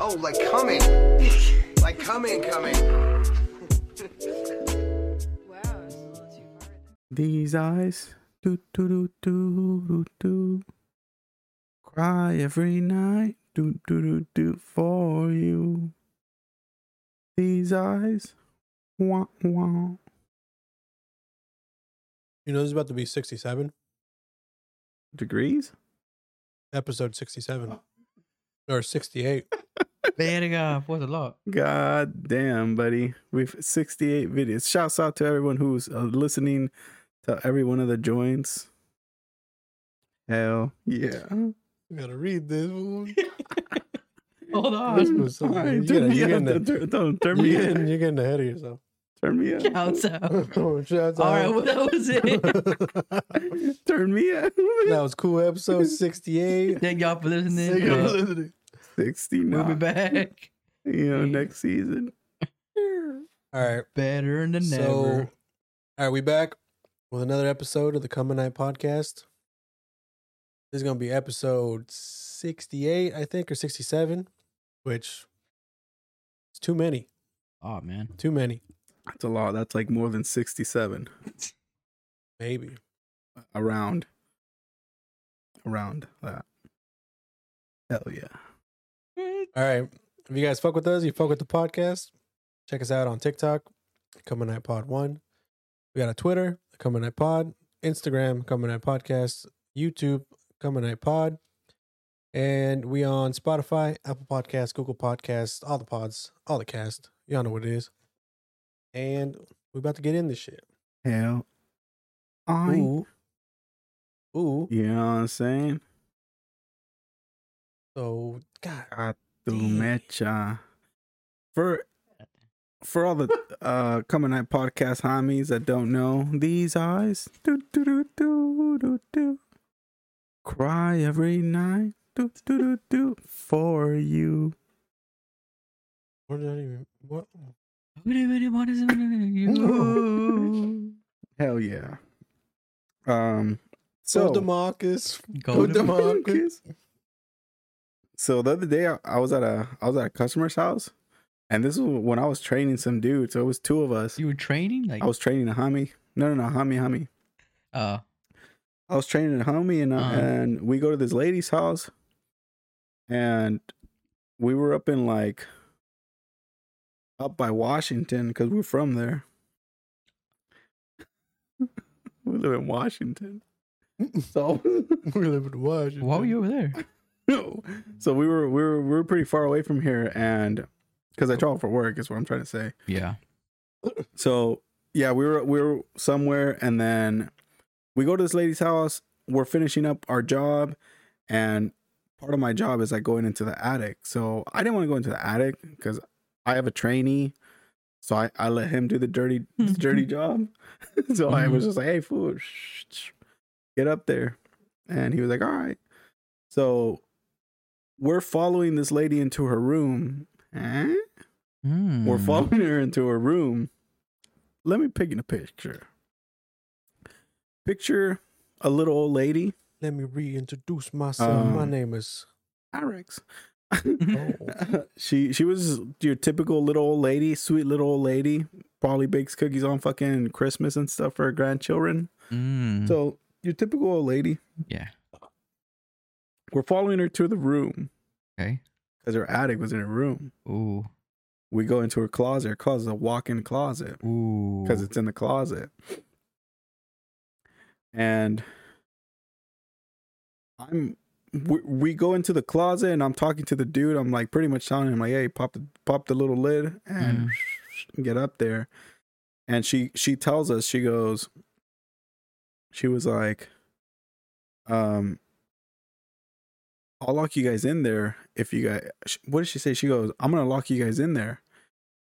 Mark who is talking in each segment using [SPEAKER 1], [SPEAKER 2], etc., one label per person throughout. [SPEAKER 1] Oh, like coming. like coming, coming.
[SPEAKER 2] Wow, it's a little too far.
[SPEAKER 3] These eyes do do do do do do cry every night do do do do for you. These eyes wah wah.
[SPEAKER 4] You know, this is about to be 67,
[SPEAKER 3] Degrees?
[SPEAKER 4] episode 67
[SPEAKER 5] Oh.
[SPEAKER 4] or 68.
[SPEAKER 5] Verga, what a lot.
[SPEAKER 3] God damn, buddy. We've 68 videos. Shouts out to everyone who's uh, listening to every one of the joints. Hell yeah.
[SPEAKER 4] You gotta read this. one.
[SPEAKER 5] Hold
[SPEAKER 4] This
[SPEAKER 5] on.
[SPEAKER 4] was something.
[SPEAKER 3] Alright,
[SPEAKER 4] You're
[SPEAKER 3] turn
[SPEAKER 4] getting-
[SPEAKER 3] me
[SPEAKER 4] you're
[SPEAKER 3] up.
[SPEAKER 4] getting the-
[SPEAKER 3] Don't- Don't turn
[SPEAKER 4] you're
[SPEAKER 3] me
[SPEAKER 4] getting-
[SPEAKER 3] up.
[SPEAKER 4] you're getting ahead of yourself.
[SPEAKER 3] Turn me up.
[SPEAKER 5] Shouts out.
[SPEAKER 4] Oh, shouts
[SPEAKER 5] All right,
[SPEAKER 4] out.
[SPEAKER 5] well, that was it.
[SPEAKER 4] that
[SPEAKER 3] Turn me up.
[SPEAKER 4] was cool. Episode 68.
[SPEAKER 5] Thank y'all for
[SPEAKER 4] Thank
[SPEAKER 5] listening.
[SPEAKER 4] you for
[SPEAKER 5] Uh,
[SPEAKER 4] listening.
[SPEAKER 5] we'll be
[SPEAKER 3] 69.
[SPEAKER 5] back
[SPEAKER 3] You know,
[SPEAKER 5] Hey.
[SPEAKER 3] next season.
[SPEAKER 4] All right.
[SPEAKER 5] better than
[SPEAKER 4] So,
[SPEAKER 5] ever.
[SPEAKER 4] all right, we back with another episode of the Come and Night podcast. This is going to be episode 68, I think, or 67, which it's too many.
[SPEAKER 5] Oh man,
[SPEAKER 4] Too many.
[SPEAKER 3] That's a lot. That's like more than 67.
[SPEAKER 4] Maybe.
[SPEAKER 3] Around. Around that. Hell yeah.
[SPEAKER 4] All right. If you guys fuck with us, you fuck with the podcast, check us out on TikTok, Come and Night Pod 1. We got a Twitter, Come and Night Pod, Instagram, Come and Night Podcast, YouTube, Come and Night Pod. And we on Spotify, Apple Podcasts, Google Podcasts, all the pods, all the cast. Y'all know what it is. And we about to get in this shit.
[SPEAKER 3] Hell. I.
[SPEAKER 4] Ooh. Ooh.
[SPEAKER 3] You know what I'm saying?
[SPEAKER 4] So, God. Damn.
[SPEAKER 3] Dumecha. For for all the uh coming night podcast homies that don't know, these eyes do do do do do do cry every night do do do do for you.
[SPEAKER 4] What did I even. What?
[SPEAKER 3] Hell yeah. Um
[SPEAKER 4] So,
[SPEAKER 3] so
[SPEAKER 4] Demarcus.
[SPEAKER 5] Go
[SPEAKER 4] Put them
[SPEAKER 5] to
[SPEAKER 4] on.
[SPEAKER 3] So the other day I, I was at a I was at a customer's house and this was when I was training some dude, so it was two of us.
[SPEAKER 5] you were training like
[SPEAKER 3] I was training a homie. No, no, no, homie, homie.
[SPEAKER 5] uh
[SPEAKER 3] I was training a homie, and uh,
[SPEAKER 5] Uh-huh.
[SPEAKER 3] and we go to this lady's house, and we were up in like up by Washington because we're from there. we live in Washington, so
[SPEAKER 4] we live in Washington.
[SPEAKER 5] why were you over there?
[SPEAKER 3] so we were we were we were pretty far away from here, and because I travel for work is what I'm trying to say.
[SPEAKER 5] Yeah.
[SPEAKER 3] So yeah, we were we were somewhere, and then we go to this lady's house. We're finishing up our job, and part of my job is like going into the attic. So I didn't want to go into the attic because I have a trainee. So I, I let him do the dirty the dirty job. so I was just like, hey, fool, shh, shh, get up there. And he was like, all right. So we're following this lady into her room. Eh? We're
[SPEAKER 5] Hmm.
[SPEAKER 3] following her into her room. Let me pick in a picture. Picture a little old lady,
[SPEAKER 4] Let me reintroduce myself. My
[SPEAKER 3] Um,
[SPEAKER 4] name is.
[SPEAKER 3] Alex.
[SPEAKER 5] Hmm.
[SPEAKER 4] Oh,
[SPEAKER 3] she she was your typical little old lady, sweet little old lady. Probably bakes cookies on fucking Christmas and stuff for her grandchildren.
[SPEAKER 5] Mm.
[SPEAKER 3] So your typical old lady.
[SPEAKER 5] yeah.
[SPEAKER 3] We're following her to the room
[SPEAKER 5] Okay.
[SPEAKER 3] because her attic was in her room.
[SPEAKER 5] Ooh.
[SPEAKER 3] We go into her closet. Her closet's a walk-in closet.
[SPEAKER 5] Ooh.
[SPEAKER 3] because it's in the closet. And I'm we, we go into the closet and I'm talking to the dude. I'm like pretty much telling him like, "Hey, pop the pop the little lid and get up there." And she she tells us she goes. She was like, um. I'll lock you guys in there if you guys. sh- What did she say? She goes, "I'm gonna lock you guys in there,"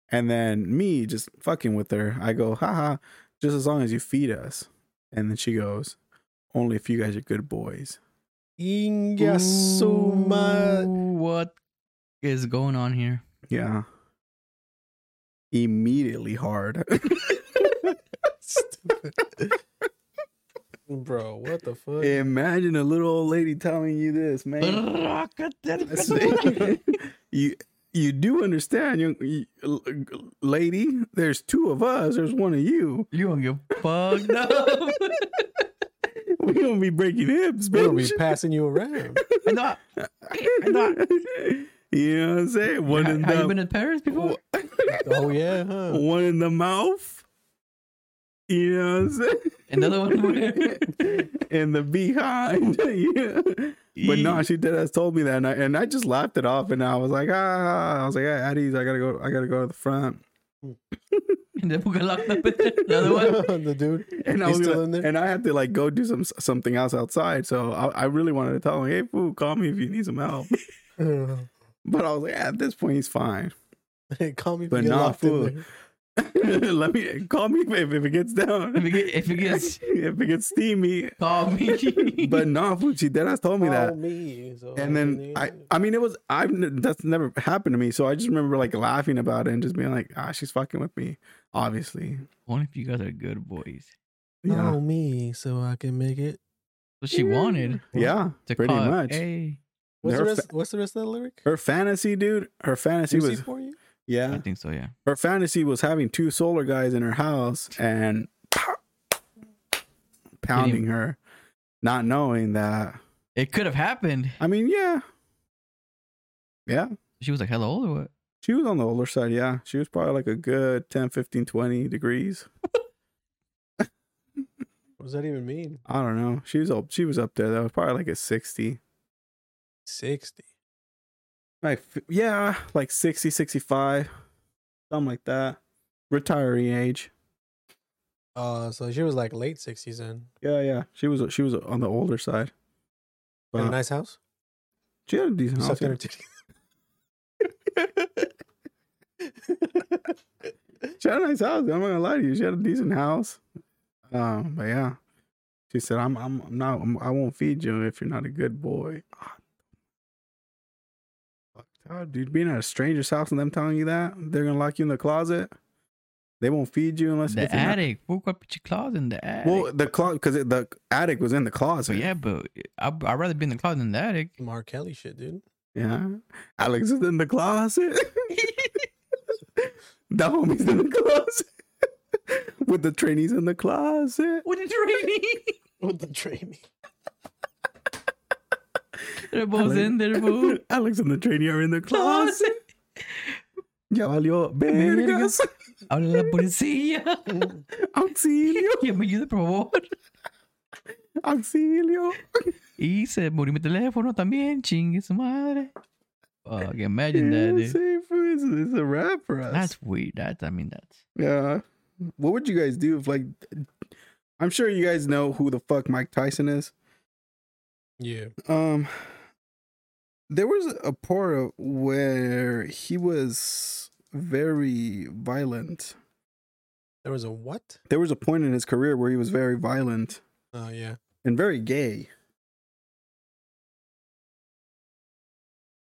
[SPEAKER 3] and then me just fucking with her. I go, "Haha, just as long as you feed us." And then she goes, "Only if you guys are good boys."
[SPEAKER 4] Ingasuma.
[SPEAKER 5] Ooh, What is going on here?
[SPEAKER 3] Yeah. Immediately hard.
[SPEAKER 4] Bro, what the fuck?
[SPEAKER 3] Imagine a little old lady telling you this, man.
[SPEAKER 5] Rocket.
[SPEAKER 3] That's- you you do understand, young y- l- lady. There's two of us. There's one of you.
[SPEAKER 5] You don't get fucked up.
[SPEAKER 3] We gonna be breaking hips,
[SPEAKER 4] We'll be
[SPEAKER 3] bitch.
[SPEAKER 4] passing you around.
[SPEAKER 5] I know.
[SPEAKER 3] you know what I'm saying? One in
[SPEAKER 5] Have you been
[SPEAKER 3] the
[SPEAKER 5] to Paris before?
[SPEAKER 4] Oh yeah, huh?
[SPEAKER 3] one in the mouth. You know what I'm saying?
[SPEAKER 5] Another one where-
[SPEAKER 3] in the behind. yeah. But no,
[SPEAKER 4] E.
[SPEAKER 3] she did has told me that, and I, and I just laughed it off, and I was like, ah, I was like, hey, Addies, I gotta go, I gotta go to the front,
[SPEAKER 5] And then we got locked up in there. Another one.
[SPEAKER 4] the dude.
[SPEAKER 3] and I
[SPEAKER 4] He's
[SPEAKER 3] was
[SPEAKER 4] still
[SPEAKER 3] gonna-
[SPEAKER 4] in there?
[SPEAKER 3] and I had to like go do some something else outside, so I, I really wanted to tell him, hey, fool, call me if you need some help, but I was like, at this point, he's fine.
[SPEAKER 4] Call me. if
[SPEAKER 3] But
[SPEAKER 4] you get
[SPEAKER 3] nah,
[SPEAKER 4] locked in
[SPEAKER 3] fool.
[SPEAKER 4] there.
[SPEAKER 3] Let me call me if, if it gets
[SPEAKER 5] If
[SPEAKER 3] down,
[SPEAKER 5] it get- if it gets
[SPEAKER 3] if it gets steamy.
[SPEAKER 5] call me.
[SPEAKER 3] But no, fool, she dead ass told me that.
[SPEAKER 4] Call me, so
[SPEAKER 3] and then I, I mean, it was I've n- that's never happened to me, so I just remember like laughing about it and just being like, ah, she's fucking with me, obviously.
[SPEAKER 5] Only if you guys are good boys.
[SPEAKER 3] Yeah,
[SPEAKER 4] Call me so I can make it.
[SPEAKER 5] What she wanted
[SPEAKER 3] yeah,
[SPEAKER 5] to
[SPEAKER 3] pretty
[SPEAKER 5] call.
[SPEAKER 3] much.
[SPEAKER 5] Hey,
[SPEAKER 4] What's the
[SPEAKER 3] Nerf
[SPEAKER 4] rest? What's the rest of that lyric?
[SPEAKER 3] Her fantasy, dude. Her fantasy
[SPEAKER 4] Juicy
[SPEAKER 3] was
[SPEAKER 4] for you.
[SPEAKER 5] I
[SPEAKER 3] yeah.
[SPEAKER 5] think so. Yeah.
[SPEAKER 3] Her fantasy was having two solar guys in her house and pounding her, not knowing that.
[SPEAKER 5] It could have happened.
[SPEAKER 3] I mean, yeah, yeah.
[SPEAKER 5] She was like, "Hello, old or what?"
[SPEAKER 3] She was on the older side, yeah. She was probably like a good 10, 15, 20 degrees.
[SPEAKER 4] What does that even mean?
[SPEAKER 3] I don't know. She was up, she was up there. That was probably like a 60.
[SPEAKER 4] Sixty.
[SPEAKER 3] like f- yeah like 60 65 something like that retiree age
[SPEAKER 4] Uh, so she was like late sixties then.
[SPEAKER 3] yeah yeah she was she was on the older side
[SPEAKER 4] In a
[SPEAKER 3] But
[SPEAKER 4] nice house.
[SPEAKER 3] she had a decent house
[SPEAKER 4] Sucked in
[SPEAKER 3] yeah.
[SPEAKER 4] her titty.
[SPEAKER 3] she had a nice house i'm not gonna lie to you she had a decent house um but yeah she said i'm i'm, I'm not I'm, i won't feed you if you're not a good boy Ah. Fuck, God, dude being at a stranger's house and them telling you that they're gonna lock you in the closet they won't feed you unless if
[SPEAKER 5] The
[SPEAKER 3] you're not-
[SPEAKER 5] attic. Woke up at your closet in the attic.
[SPEAKER 3] Well, the closet because the attic was in the closet.
[SPEAKER 5] But yeah, but I, I'd rather be in the closet than the attic.
[SPEAKER 4] Mark Kelly shit, dude.
[SPEAKER 3] yeah. Alex is in the closet. the homie's in the closet with the trainees in the closet.
[SPEAKER 5] What did you
[SPEAKER 4] With the training.
[SPEAKER 5] They're both in there, boo.
[SPEAKER 3] Alex and the trainee are in the closet.
[SPEAKER 5] Closet.
[SPEAKER 3] Ya valió vergas.
[SPEAKER 5] Habla la policía.
[SPEAKER 3] Auxilio,
[SPEAKER 5] Que me ayude, por favor.
[SPEAKER 3] auxilio.
[SPEAKER 5] Y se murió mi teléfono también. Chingue su madre. Oh, Fuck, imagine that,
[SPEAKER 3] Yeah,
[SPEAKER 5] dude.
[SPEAKER 3] same for it's, it's a wrap for us.
[SPEAKER 5] That's weird. That's, I mean, that's.
[SPEAKER 3] Yeah. What would you guys do if like I'm sure you guys know who the fuck Mike Tyson is.
[SPEAKER 4] Yeah.
[SPEAKER 3] Um there was a part where he was very violent.
[SPEAKER 4] There was a what?
[SPEAKER 3] There was a point in his career where he was very violent
[SPEAKER 4] Oh yeah.
[SPEAKER 3] and very gay.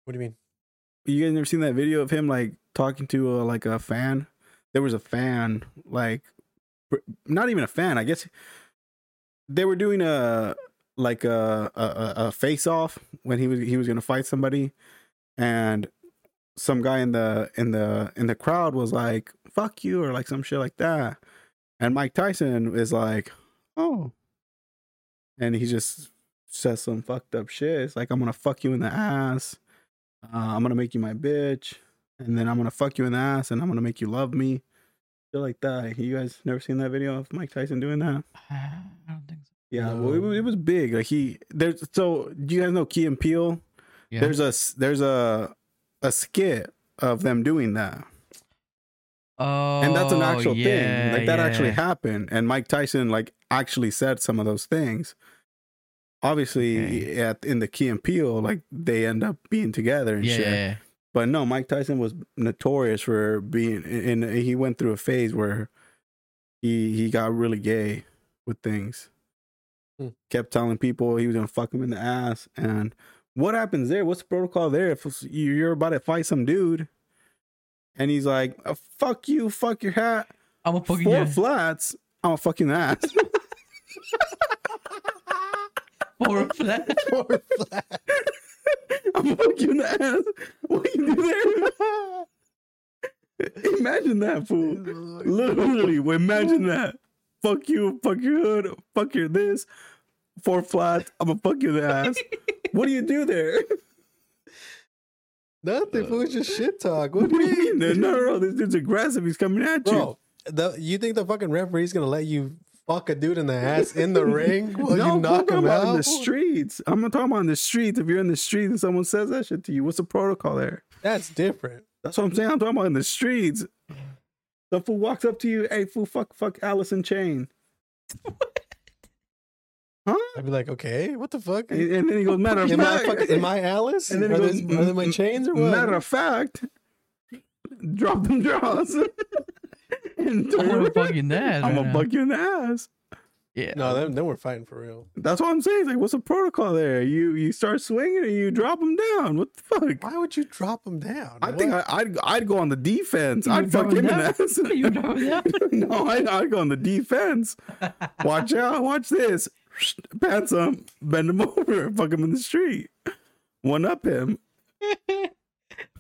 [SPEAKER 4] What do you mean?
[SPEAKER 3] You guys never seen that video of him like talking to a, like a fan? There was a fan like pr- not even a fan, I guess they were doing a like a a, a- a face off when he was he was going to fight somebody and some guy in the in the in the crowd was like fuck you or like some shit like that and mike tyson is like oh and he just says some fucked up shit it's like i'm gonna fuck you in the ass uh, i'm gonna make you my bitch and then i'm gonna fuck you in the ass and i'm gonna make you love me shit like that you guys never seen that video of mike tyson doing that
[SPEAKER 5] Ah, I don't think so.
[SPEAKER 3] yeah well it, wa- it was big like he there's so do you guys know key and peel
[SPEAKER 5] Yeah.
[SPEAKER 3] there's a s- there's a a skit of them doing that
[SPEAKER 5] oh,
[SPEAKER 3] and that's an actual
[SPEAKER 5] yeah,
[SPEAKER 3] thing like that actually
[SPEAKER 5] yeah.
[SPEAKER 3] happened and mike tyson like actually said some of those things obviously
[SPEAKER 5] Okay.
[SPEAKER 3] at in the key and peel like they end up being together and
[SPEAKER 5] Yeah,
[SPEAKER 3] shit
[SPEAKER 5] yeah.
[SPEAKER 3] but no mike tyson was notorious for being and and he went through a phase where he he got really gay with things
[SPEAKER 4] Hmm.
[SPEAKER 3] kept telling people he was gonna fuck him in the ass and what happens there what's the protocol there if you- you're about to fight some dude and he's like "Uh, fuck you fuck your hat
[SPEAKER 5] I'm a fucking
[SPEAKER 3] four
[SPEAKER 5] yeah,
[SPEAKER 3] flats i'm a fucking ass
[SPEAKER 5] four flat.
[SPEAKER 4] Poor flat.
[SPEAKER 3] i'm a fucking ass what you do there Imagine that fool. Literally, well, imagine that. Fuck you, fuck your hood, fuck your this, four flat. I'm gonna fuck your ass. What do you do there?
[SPEAKER 4] Nothing, fool. It's just shit talk.
[SPEAKER 3] What do you mean? No, no, no. This dude's aggressive. He's coming at you.
[SPEAKER 4] Bro, the, you think the fucking referee's gonna let you fuck a dude in the ass in the ring while
[SPEAKER 3] no,
[SPEAKER 4] you knock
[SPEAKER 3] I'm
[SPEAKER 4] him
[SPEAKER 3] about
[SPEAKER 4] out?
[SPEAKER 3] in the streets. I'm not talking about in the streets. If you're in the streets and someone says that shit to you, what's the protocol there?
[SPEAKER 4] That's different.
[SPEAKER 3] That's what I'm saying. I'm talking about in the streets. The fool walks up to you. Hey, fool, fuck, fuck Alice in Chain. Huh?
[SPEAKER 4] I'd be like, okay, what the fuck?
[SPEAKER 3] And, and then he goes, matter of
[SPEAKER 4] Am I,
[SPEAKER 3] fact,
[SPEAKER 4] fucking, am I Alice?
[SPEAKER 3] And then he
[SPEAKER 4] are,
[SPEAKER 3] goes, "Mm,
[SPEAKER 4] those- are they my chains or what?
[SPEAKER 3] matter of fact, drop them draws. and
[SPEAKER 5] I'm
[SPEAKER 3] turn-
[SPEAKER 5] gonna fuck you in the ass.
[SPEAKER 3] I'm
[SPEAKER 5] right
[SPEAKER 3] gonna
[SPEAKER 5] now.
[SPEAKER 3] fuck you in the ass.
[SPEAKER 5] Yeah.
[SPEAKER 4] no, then, then we're fighting for real.
[SPEAKER 3] That's what I'm saying. It's Like, what's the protocol there? You you start swinging and you drop them down. What the fuck?
[SPEAKER 4] Why would you drop him down?
[SPEAKER 3] I think I, I'd I'd go on the defense. I'd fuck him in the ass.
[SPEAKER 5] You drop him down.
[SPEAKER 3] no, I, I'd go on the defense. Watch out! Watch this. Pants him, bend him over, fuck him in the street. One up him.
[SPEAKER 5] Be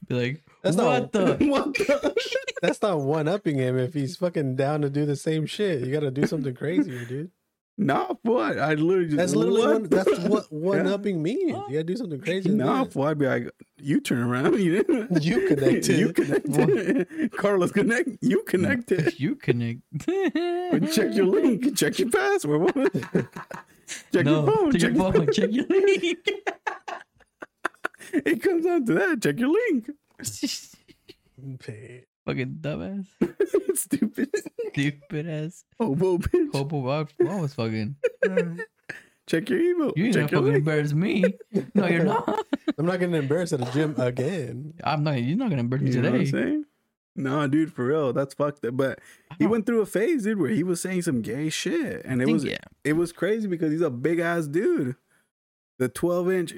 [SPEAKER 5] like,
[SPEAKER 4] That's not-
[SPEAKER 5] what the?
[SPEAKER 3] What the?
[SPEAKER 4] that's not one upping him if he's fucking down to do the same shit. You got to do something crazy, dude.
[SPEAKER 3] Not what? I literally just
[SPEAKER 4] That's literally
[SPEAKER 3] what
[SPEAKER 4] one,
[SPEAKER 3] the-
[SPEAKER 4] that's what one
[SPEAKER 3] Yeah.
[SPEAKER 4] upping means. You got to do something crazy. and
[SPEAKER 3] Nah,
[SPEAKER 4] do it.
[SPEAKER 3] fool, I'd be like, you turn around, you didn't.
[SPEAKER 4] You connected.
[SPEAKER 3] you connected. Carlos connect. You connected.
[SPEAKER 5] You connect.
[SPEAKER 3] check your link. Check your password. What- check
[SPEAKER 5] no,
[SPEAKER 3] your phone.
[SPEAKER 5] Check your phone. Check your link.
[SPEAKER 3] It comes down to that. Check your link.
[SPEAKER 4] Pay-
[SPEAKER 5] Fucking dumbass.
[SPEAKER 3] Stupid
[SPEAKER 5] Stupid ass.
[SPEAKER 3] hobo bitch.
[SPEAKER 5] Hobo Bob Mom was fucking.
[SPEAKER 3] Check your email.
[SPEAKER 5] You ain't gonna
[SPEAKER 3] check your
[SPEAKER 5] fucking
[SPEAKER 3] link.
[SPEAKER 5] embarrass me. No, you're not.
[SPEAKER 4] I'm not getting embarrassed at a gym again.
[SPEAKER 5] I'm not. You're not gonna embarrass me
[SPEAKER 3] You know what I'm
[SPEAKER 5] today.
[SPEAKER 3] saying? No, dude, for real, that's fucked up. But he went through a phase, dude, where he was saying some gay shit, and it
[SPEAKER 5] Think,
[SPEAKER 3] was
[SPEAKER 5] yeah.
[SPEAKER 3] it was crazy because he's a big ass dude, the twelve inch,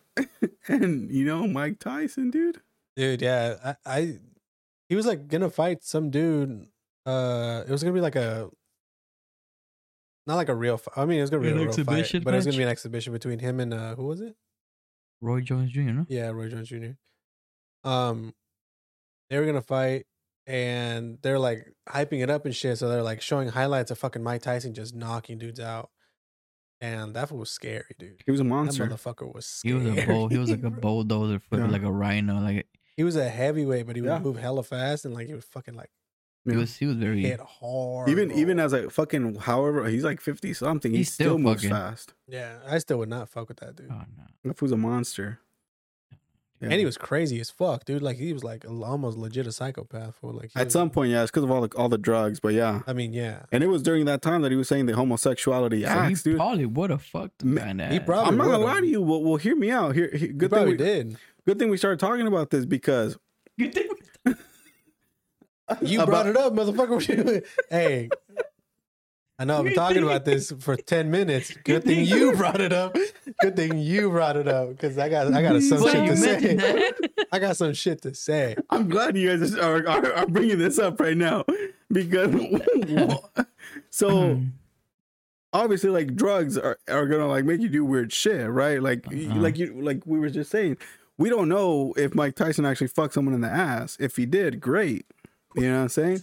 [SPEAKER 3] and you know Mike Tyson, dude.
[SPEAKER 4] Dude, yeah. I, I he was like gonna fight some dude. Uh it was gonna be like a not like a real fight. I mean it was gonna be
[SPEAKER 5] An
[SPEAKER 4] a real
[SPEAKER 5] exhibition
[SPEAKER 4] fight, but it was gonna
[SPEAKER 5] match?
[SPEAKER 4] be an exhibition between him and uh who was it?
[SPEAKER 5] Roy Jones Jr. No.
[SPEAKER 4] Yeah, Roy Jones Jr. Um, they were gonna fight, and they're like hyping it up and shit. So they're like showing highlights of fucking Mike Tyson just knocking dudes out, and that fool was scary, dude.
[SPEAKER 3] He was a
[SPEAKER 4] That
[SPEAKER 3] monster.
[SPEAKER 4] motherfucker was
[SPEAKER 5] He
[SPEAKER 4] scary.
[SPEAKER 5] was a bull. He was like a
[SPEAKER 4] bro.
[SPEAKER 5] bulldozer, for,
[SPEAKER 3] Yeah.
[SPEAKER 5] like a rhino. Like
[SPEAKER 4] He was a heavyweight, but he would
[SPEAKER 3] Yeah.
[SPEAKER 4] move hella fast, and like he would fucking like
[SPEAKER 5] he
[SPEAKER 3] Yeah.
[SPEAKER 5] was. He was very.
[SPEAKER 4] hit hard.
[SPEAKER 3] Even
[SPEAKER 4] bro.
[SPEAKER 3] even as like fucking however he's like fifty something, he
[SPEAKER 5] He's
[SPEAKER 3] still,
[SPEAKER 5] still
[SPEAKER 3] moves
[SPEAKER 5] fucking-
[SPEAKER 3] fast.
[SPEAKER 4] yeah, I still would not fuck with that dude.
[SPEAKER 5] Oh no.
[SPEAKER 3] That fool's a monster. Yeah.
[SPEAKER 4] And he was crazy as fuck, dude. Like he was like almost legit a psychopath. For like he
[SPEAKER 3] at
[SPEAKER 4] was-
[SPEAKER 3] some point, yeah, it's because of all the all the drugs, but yeah.
[SPEAKER 4] I mean, yeah.
[SPEAKER 3] And it was during that time that he was saying the homosexuality
[SPEAKER 5] So he
[SPEAKER 3] acts, dude.
[SPEAKER 5] probably would have fucked
[SPEAKER 3] Ma-
[SPEAKER 5] man.
[SPEAKER 4] he probably-
[SPEAKER 3] I'm not gonna
[SPEAKER 4] would've.
[SPEAKER 3] lie to you. Well, well hear me out. Here, he-
[SPEAKER 4] He
[SPEAKER 3] good thing
[SPEAKER 4] probably
[SPEAKER 3] we
[SPEAKER 4] did.
[SPEAKER 3] good thing we started talking about this because
[SPEAKER 4] You brought it up, motherfucker. hey, I know I've been talking about this for ten minutes. Good thing you brought it up. Good thing you brought it up because I got I got some
[SPEAKER 5] Well,
[SPEAKER 4] shit
[SPEAKER 5] you
[SPEAKER 4] to
[SPEAKER 5] mentioned
[SPEAKER 4] say.
[SPEAKER 5] that.
[SPEAKER 4] I got some shit to say.
[SPEAKER 3] I'm glad you guys are, are, are bringing this up right now because
[SPEAKER 5] Hmm.
[SPEAKER 3] so obviously like drugs are, are gonna like make you do weird shit right like y-
[SPEAKER 5] Uh-huh.
[SPEAKER 3] like you like we were just saying we don't know if Mike Tyson actually fucked someone in the ass if he did great you know what I'm saying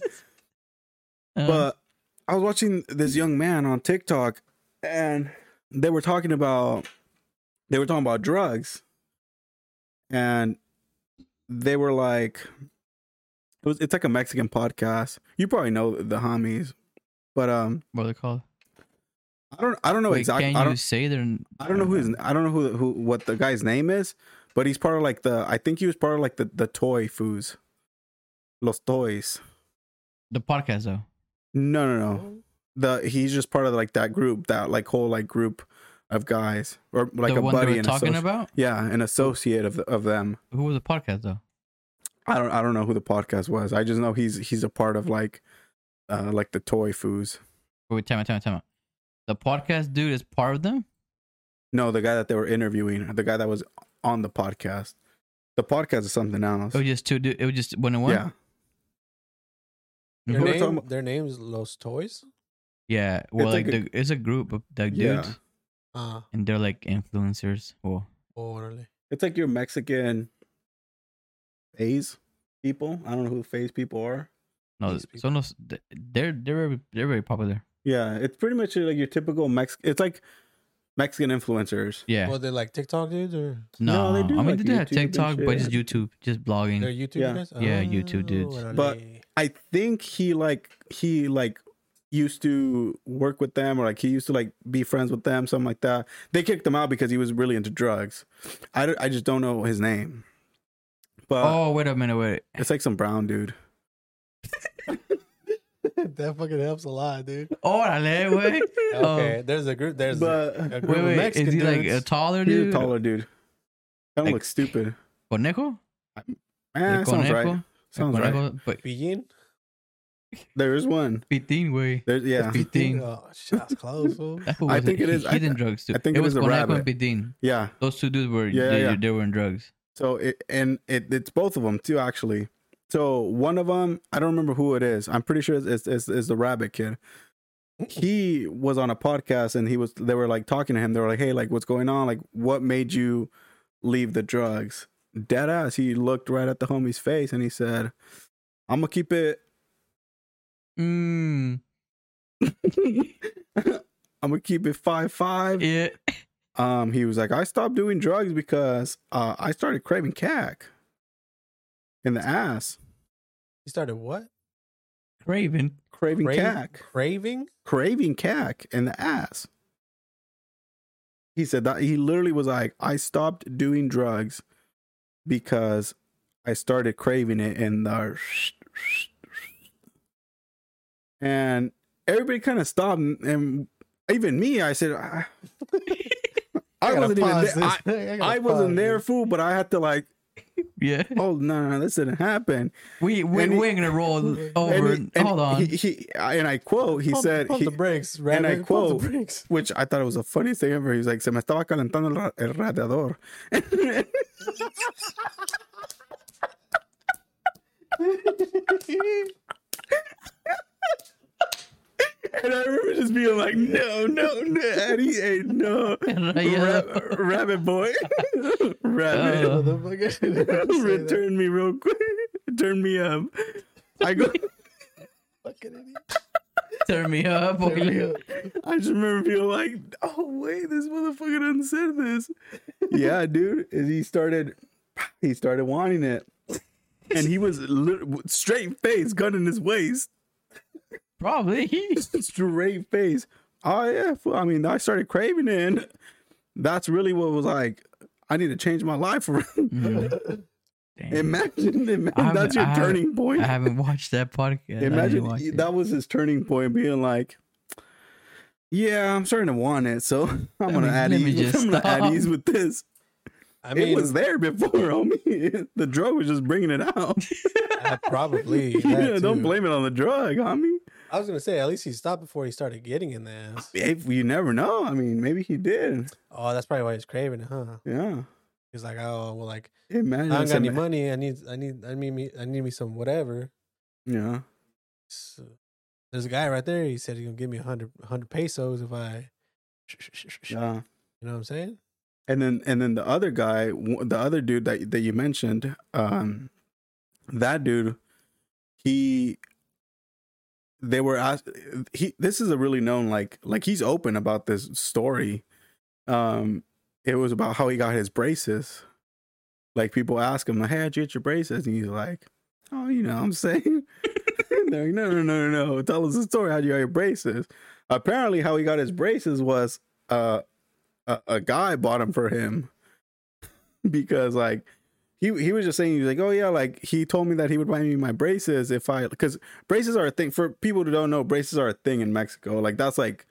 [SPEAKER 5] Uh,
[SPEAKER 3] but I was watching this young man on TikTok and they were talking about they were talking about drugs and they were like it was it's like a Mexican podcast. You probably know the homies. But um
[SPEAKER 5] what are they called?
[SPEAKER 3] I don't I don't know
[SPEAKER 5] Wait,
[SPEAKER 3] exactly I
[SPEAKER 5] Can you
[SPEAKER 3] don't
[SPEAKER 5] say their?
[SPEAKER 3] I don't know who his I don't know who who what the guy's name is, but he's part of like the I think he was part of like the the toy foos. Los toys.
[SPEAKER 5] the podcast though.
[SPEAKER 3] No, no, no. the he's just part of like that group that like whole like group of guys or like
[SPEAKER 5] the
[SPEAKER 3] a
[SPEAKER 5] one
[SPEAKER 3] buddy
[SPEAKER 5] they were
[SPEAKER 3] and
[SPEAKER 5] talking
[SPEAKER 3] associ-
[SPEAKER 5] about.
[SPEAKER 3] yeah an associate of the, of them
[SPEAKER 5] Who was the podcast though?
[SPEAKER 3] i don't i don't know who the podcast was i just know he's he's a part of like uh like the toy foos
[SPEAKER 5] Wait, time out, time out, time out. The podcast dude is part of them.
[SPEAKER 3] no the guy that they were interviewing the guy that was on the podcast the podcast is something else
[SPEAKER 5] It was just two. Dude, it was just one and one.
[SPEAKER 3] yeah
[SPEAKER 4] Their,
[SPEAKER 3] Who are
[SPEAKER 5] Mhm.
[SPEAKER 3] talking
[SPEAKER 4] name,
[SPEAKER 3] about-
[SPEAKER 4] their name's Los Toys.
[SPEAKER 5] Yeah. Well,
[SPEAKER 3] It's
[SPEAKER 5] like,
[SPEAKER 3] like a-
[SPEAKER 5] the, it's a group of the
[SPEAKER 3] Yeah.
[SPEAKER 5] dudes,
[SPEAKER 4] Ah,
[SPEAKER 5] and they're like influencers. Well,
[SPEAKER 4] orderly.
[SPEAKER 3] it's like your mexican phase people i don't know who phase people are
[SPEAKER 5] No,
[SPEAKER 4] These people.
[SPEAKER 5] son los, they're they're very, they're very popular.
[SPEAKER 3] Yeah, it's pretty much like your typical Mex. It's like Mexican influencers.
[SPEAKER 5] Yeah.
[SPEAKER 4] Well, they're like TikTok dudes or
[SPEAKER 3] no,
[SPEAKER 5] no,
[SPEAKER 3] they do,
[SPEAKER 5] I mean
[SPEAKER 3] like,
[SPEAKER 5] they did have
[SPEAKER 3] YouTube and
[SPEAKER 5] TikTok, but
[SPEAKER 3] shit.
[SPEAKER 5] just YouTube, just
[SPEAKER 4] they're
[SPEAKER 5] blogging.
[SPEAKER 4] YouTube
[SPEAKER 3] Yeah.
[SPEAKER 4] guys.
[SPEAKER 5] Mm.
[SPEAKER 4] Oh,
[SPEAKER 5] Yeah, YouTube dudes.
[SPEAKER 4] órale.
[SPEAKER 3] But- I think he like he like used to work with them or like he used to like be friends with them, something like that. They kicked him out because he was really into drugs. I, don't- I just don't know his name, but
[SPEAKER 5] Oh wait a minute, wait.
[SPEAKER 3] it's like some brown dude.
[SPEAKER 4] that fucking helps a lot, dude.
[SPEAKER 5] Órale, wait. Oh.
[SPEAKER 4] Okay, there's a group. There's a,
[SPEAKER 3] But
[SPEAKER 4] a group
[SPEAKER 5] Wait,
[SPEAKER 4] of
[SPEAKER 5] wait.
[SPEAKER 4] Mexican
[SPEAKER 5] is he like
[SPEAKER 4] dudes.
[SPEAKER 5] a taller
[SPEAKER 3] he's
[SPEAKER 5] dude?
[SPEAKER 3] a taller dude. Kind of
[SPEAKER 5] Like-
[SPEAKER 3] look stupid.
[SPEAKER 5] Conejo?
[SPEAKER 3] Eh,
[SPEAKER 5] El
[SPEAKER 3] sounds
[SPEAKER 5] conejo?
[SPEAKER 3] right.
[SPEAKER 5] El
[SPEAKER 3] Sounds right.
[SPEAKER 5] conejo, But
[SPEAKER 4] Begin?
[SPEAKER 3] There is one.
[SPEAKER 5] pitín, güey.
[SPEAKER 3] There's yeah,
[SPEAKER 5] Pitín.
[SPEAKER 4] Oh, shit, that's close. fool.
[SPEAKER 5] That fool was
[SPEAKER 3] think it
[SPEAKER 5] he-
[SPEAKER 3] is- I-
[SPEAKER 5] Hidden drugs too.
[SPEAKER 3] I think
[SPEAKER 5] it
[SPEAKER 3] it
[SPEAKER 5] was
[SPEAKER 3] is a
[SPEAKER 5] Conejo and
[SPEAKER 3] rabbit.
[SPEAKER 5] Pitín.
[SPEAKER 3] yeah.
[SPEAKER 5] Those two dudes were
[SPEAKER 3] Yeah,
[SPEAKER 5] they,
[SPEAKER 3] yeah.
[SPEAKER 5] they were in drugs.
[SPEAKER 3] So it and it it's both of them too actually. So one of them, I don't remember who it is. I'm pretty sure it's it's, it's, it's the rabbit kid. He was on a podcast and he was they were like talking to him. They were like, "Hey, like what's going on? Like what made you leave the drugs?" Dead ass. He looked right at the homie's face and he said, "I'm gonna keep it.
[SPEAKER 5] Mm,
[SPEAKER 3] I'm gonna keep it five five.
[SPEAKER 5] yeah.
[SPEAKER 3] Um, he was like, I stopped doing drugs because uh, I started craving cack in the ass,
[SPEAKER 4] He started what?
[SPEAKER 5] Craven.
[SPEAKER 3] craving
[SPEAKER 4] Crave-
[SPEAKER 3] cack,
[SPEAKER 4] Craving?
[SPEAKER 3] craving cack in the ass. He said that he literally was like, I stopped doing drugs because I started craving it in the and everybody kind of stopped and, and even me, I said, I, I
[SPEAKER 4] gotta
[SPEAKER 3] wasn't even
[SPEAKER 4] pause
[SPEAKER 3] there. I,
[SPEAKER 4] this. gotta
[SPEAKER 3] I
[SPEAKER 4] pause
[SPEAKER 3] wasn't there,
[SPEAKER 4] this.
[SPEAKER 3] fool, but I had to like
[SPEAKER 5] Yeah.
[SPEAKER 3] oh no, no, this didn't happen.
[SPEAKER 5] We we
[SPEAKER 3] And he-
[SPEAKER 5] we're gonna roll
[SPEAKER 4] and
[SPEAKER 5] over.
[SPEAKER 3] And he- and
[SPEAKER 5] Hold on.
[SPEAKER 3] He, he and I quote, he
[SPEAKER 4] Pump-
[SPEAKER 3] said,
[SPEAKER 4] pump
[SPEAKER 3] he,
[SPEAKER 4] the brakes, right?
[SPEAKER 3] and I quote,
[SPEAKER 4] Pump the brakes.
[SPEAKER 3] which I thought it was the funniest thing ever. He's like, se me estaba calentando el ra- el radiador. And I remember just being like, no, no, no, Eddie, hey, no.
[SPEAKER 5] uh, Radiador.
[SPEAKER 3] Rab- rabbit boy. rabbit.
[SPEAKER 5] Uh,
[SPEAKER 4] Motherfucker. Return.
[SPEAKER 3] Return me real quick. Turn me up. I go.
[SPEAKER 5] Turn me up. Okay.
[SPEAKER 3] I just remember being like, "Oh wait, this motherfucker done said this." yeah, dude. And he started, he started wanting it, and he was lit- straight face, gun in his waist,
[SPEAKER 5] Probably.
[SPEAKER 3] straight face. Oh yeah, fool. I mean, I started craving it. And that's really what was like. I need to change my life around.
[SPEAKER 5] Mm. Damn.
[SPEAKER 3] imagine, imagine
[SPEAKER 5] haven't-
[SPEAKER 3] that's your
[SPEAKER 5] I haven't-
[SPEAKER 3] turning point.
[SPEAKER 5] I haven't watched that podcast.
[SPEAKER 3] Imagine
[SPEAKER 5] I
[SPEAKER 3] he-
[SPEAKER 5] didn't watch
[SPEAKER 3] that was his turning point, being like, "Yeah, I'm starting to want it, so I'm gonna
[SPEAKER 5] me-
[SPEAKER 3] add
[SPEAKER 5] let
[SPEAKER 3] ease.
[SPEAKER 5] me just
[SPEAKER 3] I'm gonna
[SPEAKER 5] stop."
[SPEAKER 3] add ease with this.
[SPEAKER 4] I mean,
[SPEAKER 3] it was there before, homie. the drug was just bringing it out.
[SPEAKER 4] I probably. that
[SPEAKER 3] yeah, don't
[SPEAKER 4] too.
[SPEAKER 3] blame it on the drug, homie.
[SPEAKER 4] I was gonna say at least he stopped before he started getting in the ass.
[SPEAKER 3] If you never know, I mean, maybe he did.
[SPEAKER 4] Oh, that's probably why he's craving it, huh?
[SPEAKER 3] Yeah,
[SPEAKER 4] He's like, oh, well, like I
[SPEAKER 3] imagine.
[SPEAKER 4] don't got
[SPEAKER 3] some-
[SPEAKER 4] any money. I need, I need, I need me, I need me some whatever.
[SPEAKER 3] Yeah,
[SPEAKER 4] So, there's a guy right there. He said he's gonna give me a hundred, a hundred pesos if I,
[SPEAKER 3] yeah.
[SPEAKER 4] you know what I'm saying?
[SPEAKER 3] And then, and then the other guy, w- the other dude that that you mentioned, um, that dude, he, they were asked. He, this is a really known like like he's open about this story. Um, it was about how he got his braces. Like people ask him, like, "Hey, how'd you get your braces?" And he's like, "Oh, you know, what I'm saying." And they're like, "No, no, no, no, no! Tell us the story. How you got your braces?" Apparently, how he got his braces was uh a, a guy bought them for him because like he he was just saying he was like oh yeah like he told me that he would buy me my braces if I because braces are a thing for people who don't know braces are a thing in Mexico like that's like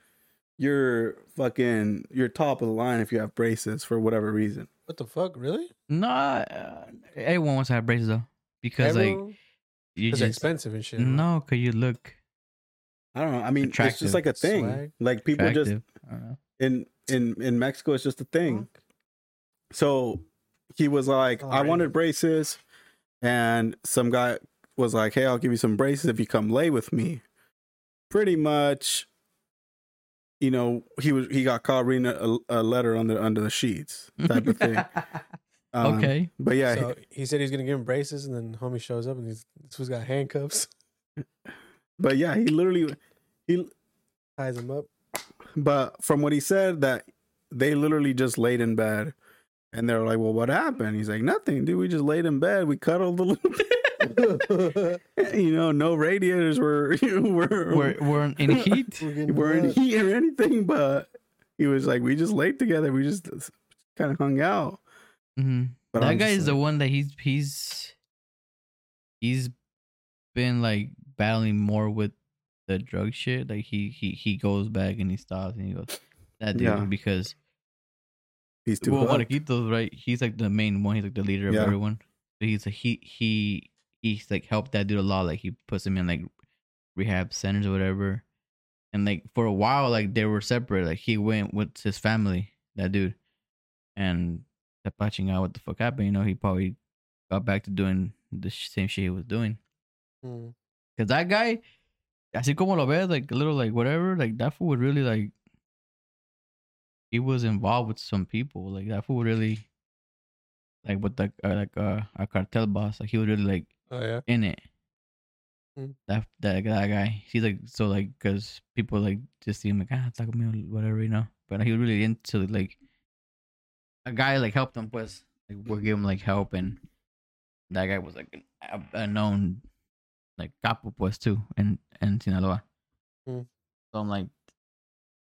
[SPEAKER 3] you're fucking you're top of the line if you have braces for whatever reason
[SPEAKER 4] What the fuck, really?
[SPEAKER 5] it. No, uh, everyone wants to have braces though, because like
[SPEAKER 4] Everyone-
[SPEAKER 5] you
[SPEAKER 4] 'cause they're
[SPEAKER 5] just
[SPEAKER 4] expensive and shit. huh?
[SPEAKER 5] no, cause you look
[SPEAKER 3] I don't know I mean it's
[SPEAKER 5] Attractive.
[SPEAKER 3] just like a thing
[SPEAKER 4] Swag.
[SPEAKER 3] like people just
[SPEAKER 5] attractive. I don't know.
[SPEAKER 3] in in in Mexico it's just a thing
[SPEAKER 4] Fuck.
[SPEAKER 3] So he was like, I
[SPEAKER 4] Alright.
[SPEAKER 3] wanted braces. And some guy was like, Hey, I'll give you some braces if you come lay with me. Pretty much, you know, he was he got caught reading a, a letter under under the sheets type of thing. Um,
[SPEAKER 5] Uh. okay.
[SPEAKER 3] But yeah,
[SPEAKER 4] So he said he's gonna give him braces, and then homie shows up, and he's this was got handcuffs.
[SPEAKER 3] But yeah, he literally he
[SPEAKER 4] Ties him up.
[SPEAKER 3] but from what he said that they literally just laid in bed and they're like, Well, what happened? He's like, Nothing, dude. We just laid in bed, we cuddled a little bit.
[SPEAKER 4] We're
[SPEAKER 3] you know, no radiators were were
[SPEAKER 5] We're, we're in- in heat.
[SPEAKER 4] getting
[SPEAKER 3] we weren't
[SPEAKER 4] hot.
[SPEAKER 5] uh,
[SPEAKER 3] heat or anything, but he was like, we just laid together. We just kind of hung out.
[SPEAKER 5] hmm
[SPEAKER 3] But
[SPEAKER 5] that
[SPEAKER 3] I'm
[SPEAKER 5] guy
[SPEAKER 3] just
[SPEAKER 5] is the one that he's he's he's been like battling more with the drug shit. Like he he he goes back and he stops and he goes that dude
[SPEAKER 3] Yeah.
[SPEAKER 5] because
[SPEAKER 3] He's too
[SPEAKER 5] well
[SPEAKER 3] hooked.
[SPEAKER 5] Mariquito, right? He's like the main one. He's like the leader of
[SPEAKER 3] Yeah.
[SPEAKER 5] everyone. So he's a, he he he's like helped that dude a lot. Like he puts him in like rehab centers or whatever. And like for a while, like they were separate. Like he went with his family, that dude, and patching out what the fuck happened. You know, he probably got back to doing the sh- same shit he was doing.
[SPEAKER 4] Mm.
[SPEAKER 5] Cause that guy, así como lo ves, like a little like whatever, like that fool would really like. He was involved with some people, like that fool really, like with the uh, like uh, a cartel boss, like he was really like
[SPEAKER 4] Oh yeah.
[SPEAKER 5] in it.
[SPEAKER 4] Mm.
[SPEAKER 5] That that that guy, he's like so like because people like just see him like ah taco meal whatever you know, but he was really into like a guy like helped him pues like would give him like help and that guy was like a, a known like capo pues too in in Sinaloa.
[SPEAKER 4] Mm.
[SPEAKER 5] So I'm like,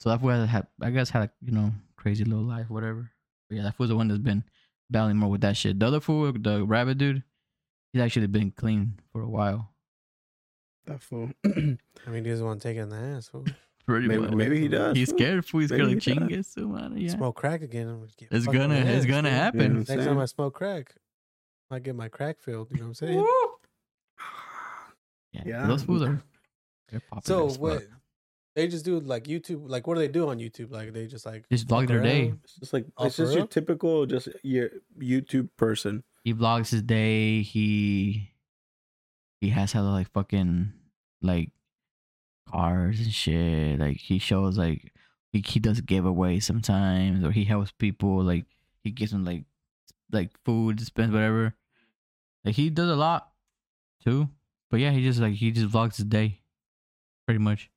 [SPEAKER 5] so that fool had I guess had a you know crazy little life whatever. But yeah, that fool's the one that's been battling more with that shit. The other fool, the rabbit dude he's actually been clean for a while.
[SPEAKER 3] That fool.
[SPEAKER 4] I mean, he doesn't want to take it in the ass. fool.
[SPEAKER 5] Pretty
[SPEAKER 3] maybe,
[SPEAKER 5] much.
[SPEAKER 3] maybe he does.
[SPEAKER 5] He's
[SPEAKER 3] fool.
[SPEAKER 5] scared for he's
[SPEAKER 3] Maybe
[SPEAKER 5] gonna
[SPEAKER 3] he does.
[SPEAKER 5] chingas so man. Yeah.
[SPEAKER 4] Smoke crack again. I'm gonna get
[SPEAKER 5] It's
[SPEAKER 4] fucked in
[SPEAKER 5] gonna
[SPEAKER 4] the
[SPEAKER 5] it's
[SPEAKER 4] ass,
[SPEAKER 5] gonna
[SPEAKER 4] fool.
[SPEAKER 5] happen.
[SPEAKER 4] Next
[SPEAKER 3] Same.
[SPEAKER 4] time I smoke crack, I get my crack filled. You know what I'm saying?
[SPEAKER 5] Woo! Yeah.
[SPEAKER 3] Yeah.
[SPEAKER 5] Those fools are they're popular
[SPEAKER 4] So
[SPEAKER 5] as fuck.
[SPEAKER 4] what? They just do like YouTube. Like what do they do on YouTube? Like they just like
[SPEAKER 5] Just vlog
[SPEAKER 4] fuck
[SPEAKER 5] their day.
[SPEAKER 4] around?
[SPEAKER 3] It's just like
[SPEAKER 4] Oh,
[SPEAKER 3] it's
[SPEAKER 4] for
[SPEAKER 3] just your
[SPEAKER 4] real?
[SPEAKER 3] typical just your YouTube person.
[SPEAKER 5] He vlogs his day, he he has hella like fucking like cars and shit. Like he shows like he, he does giveaways sometimes or he helps people, like he gives them like like food, spends whatever. Like he does a lot too. But yeah, he just like he just vlogs his day. Pretty much.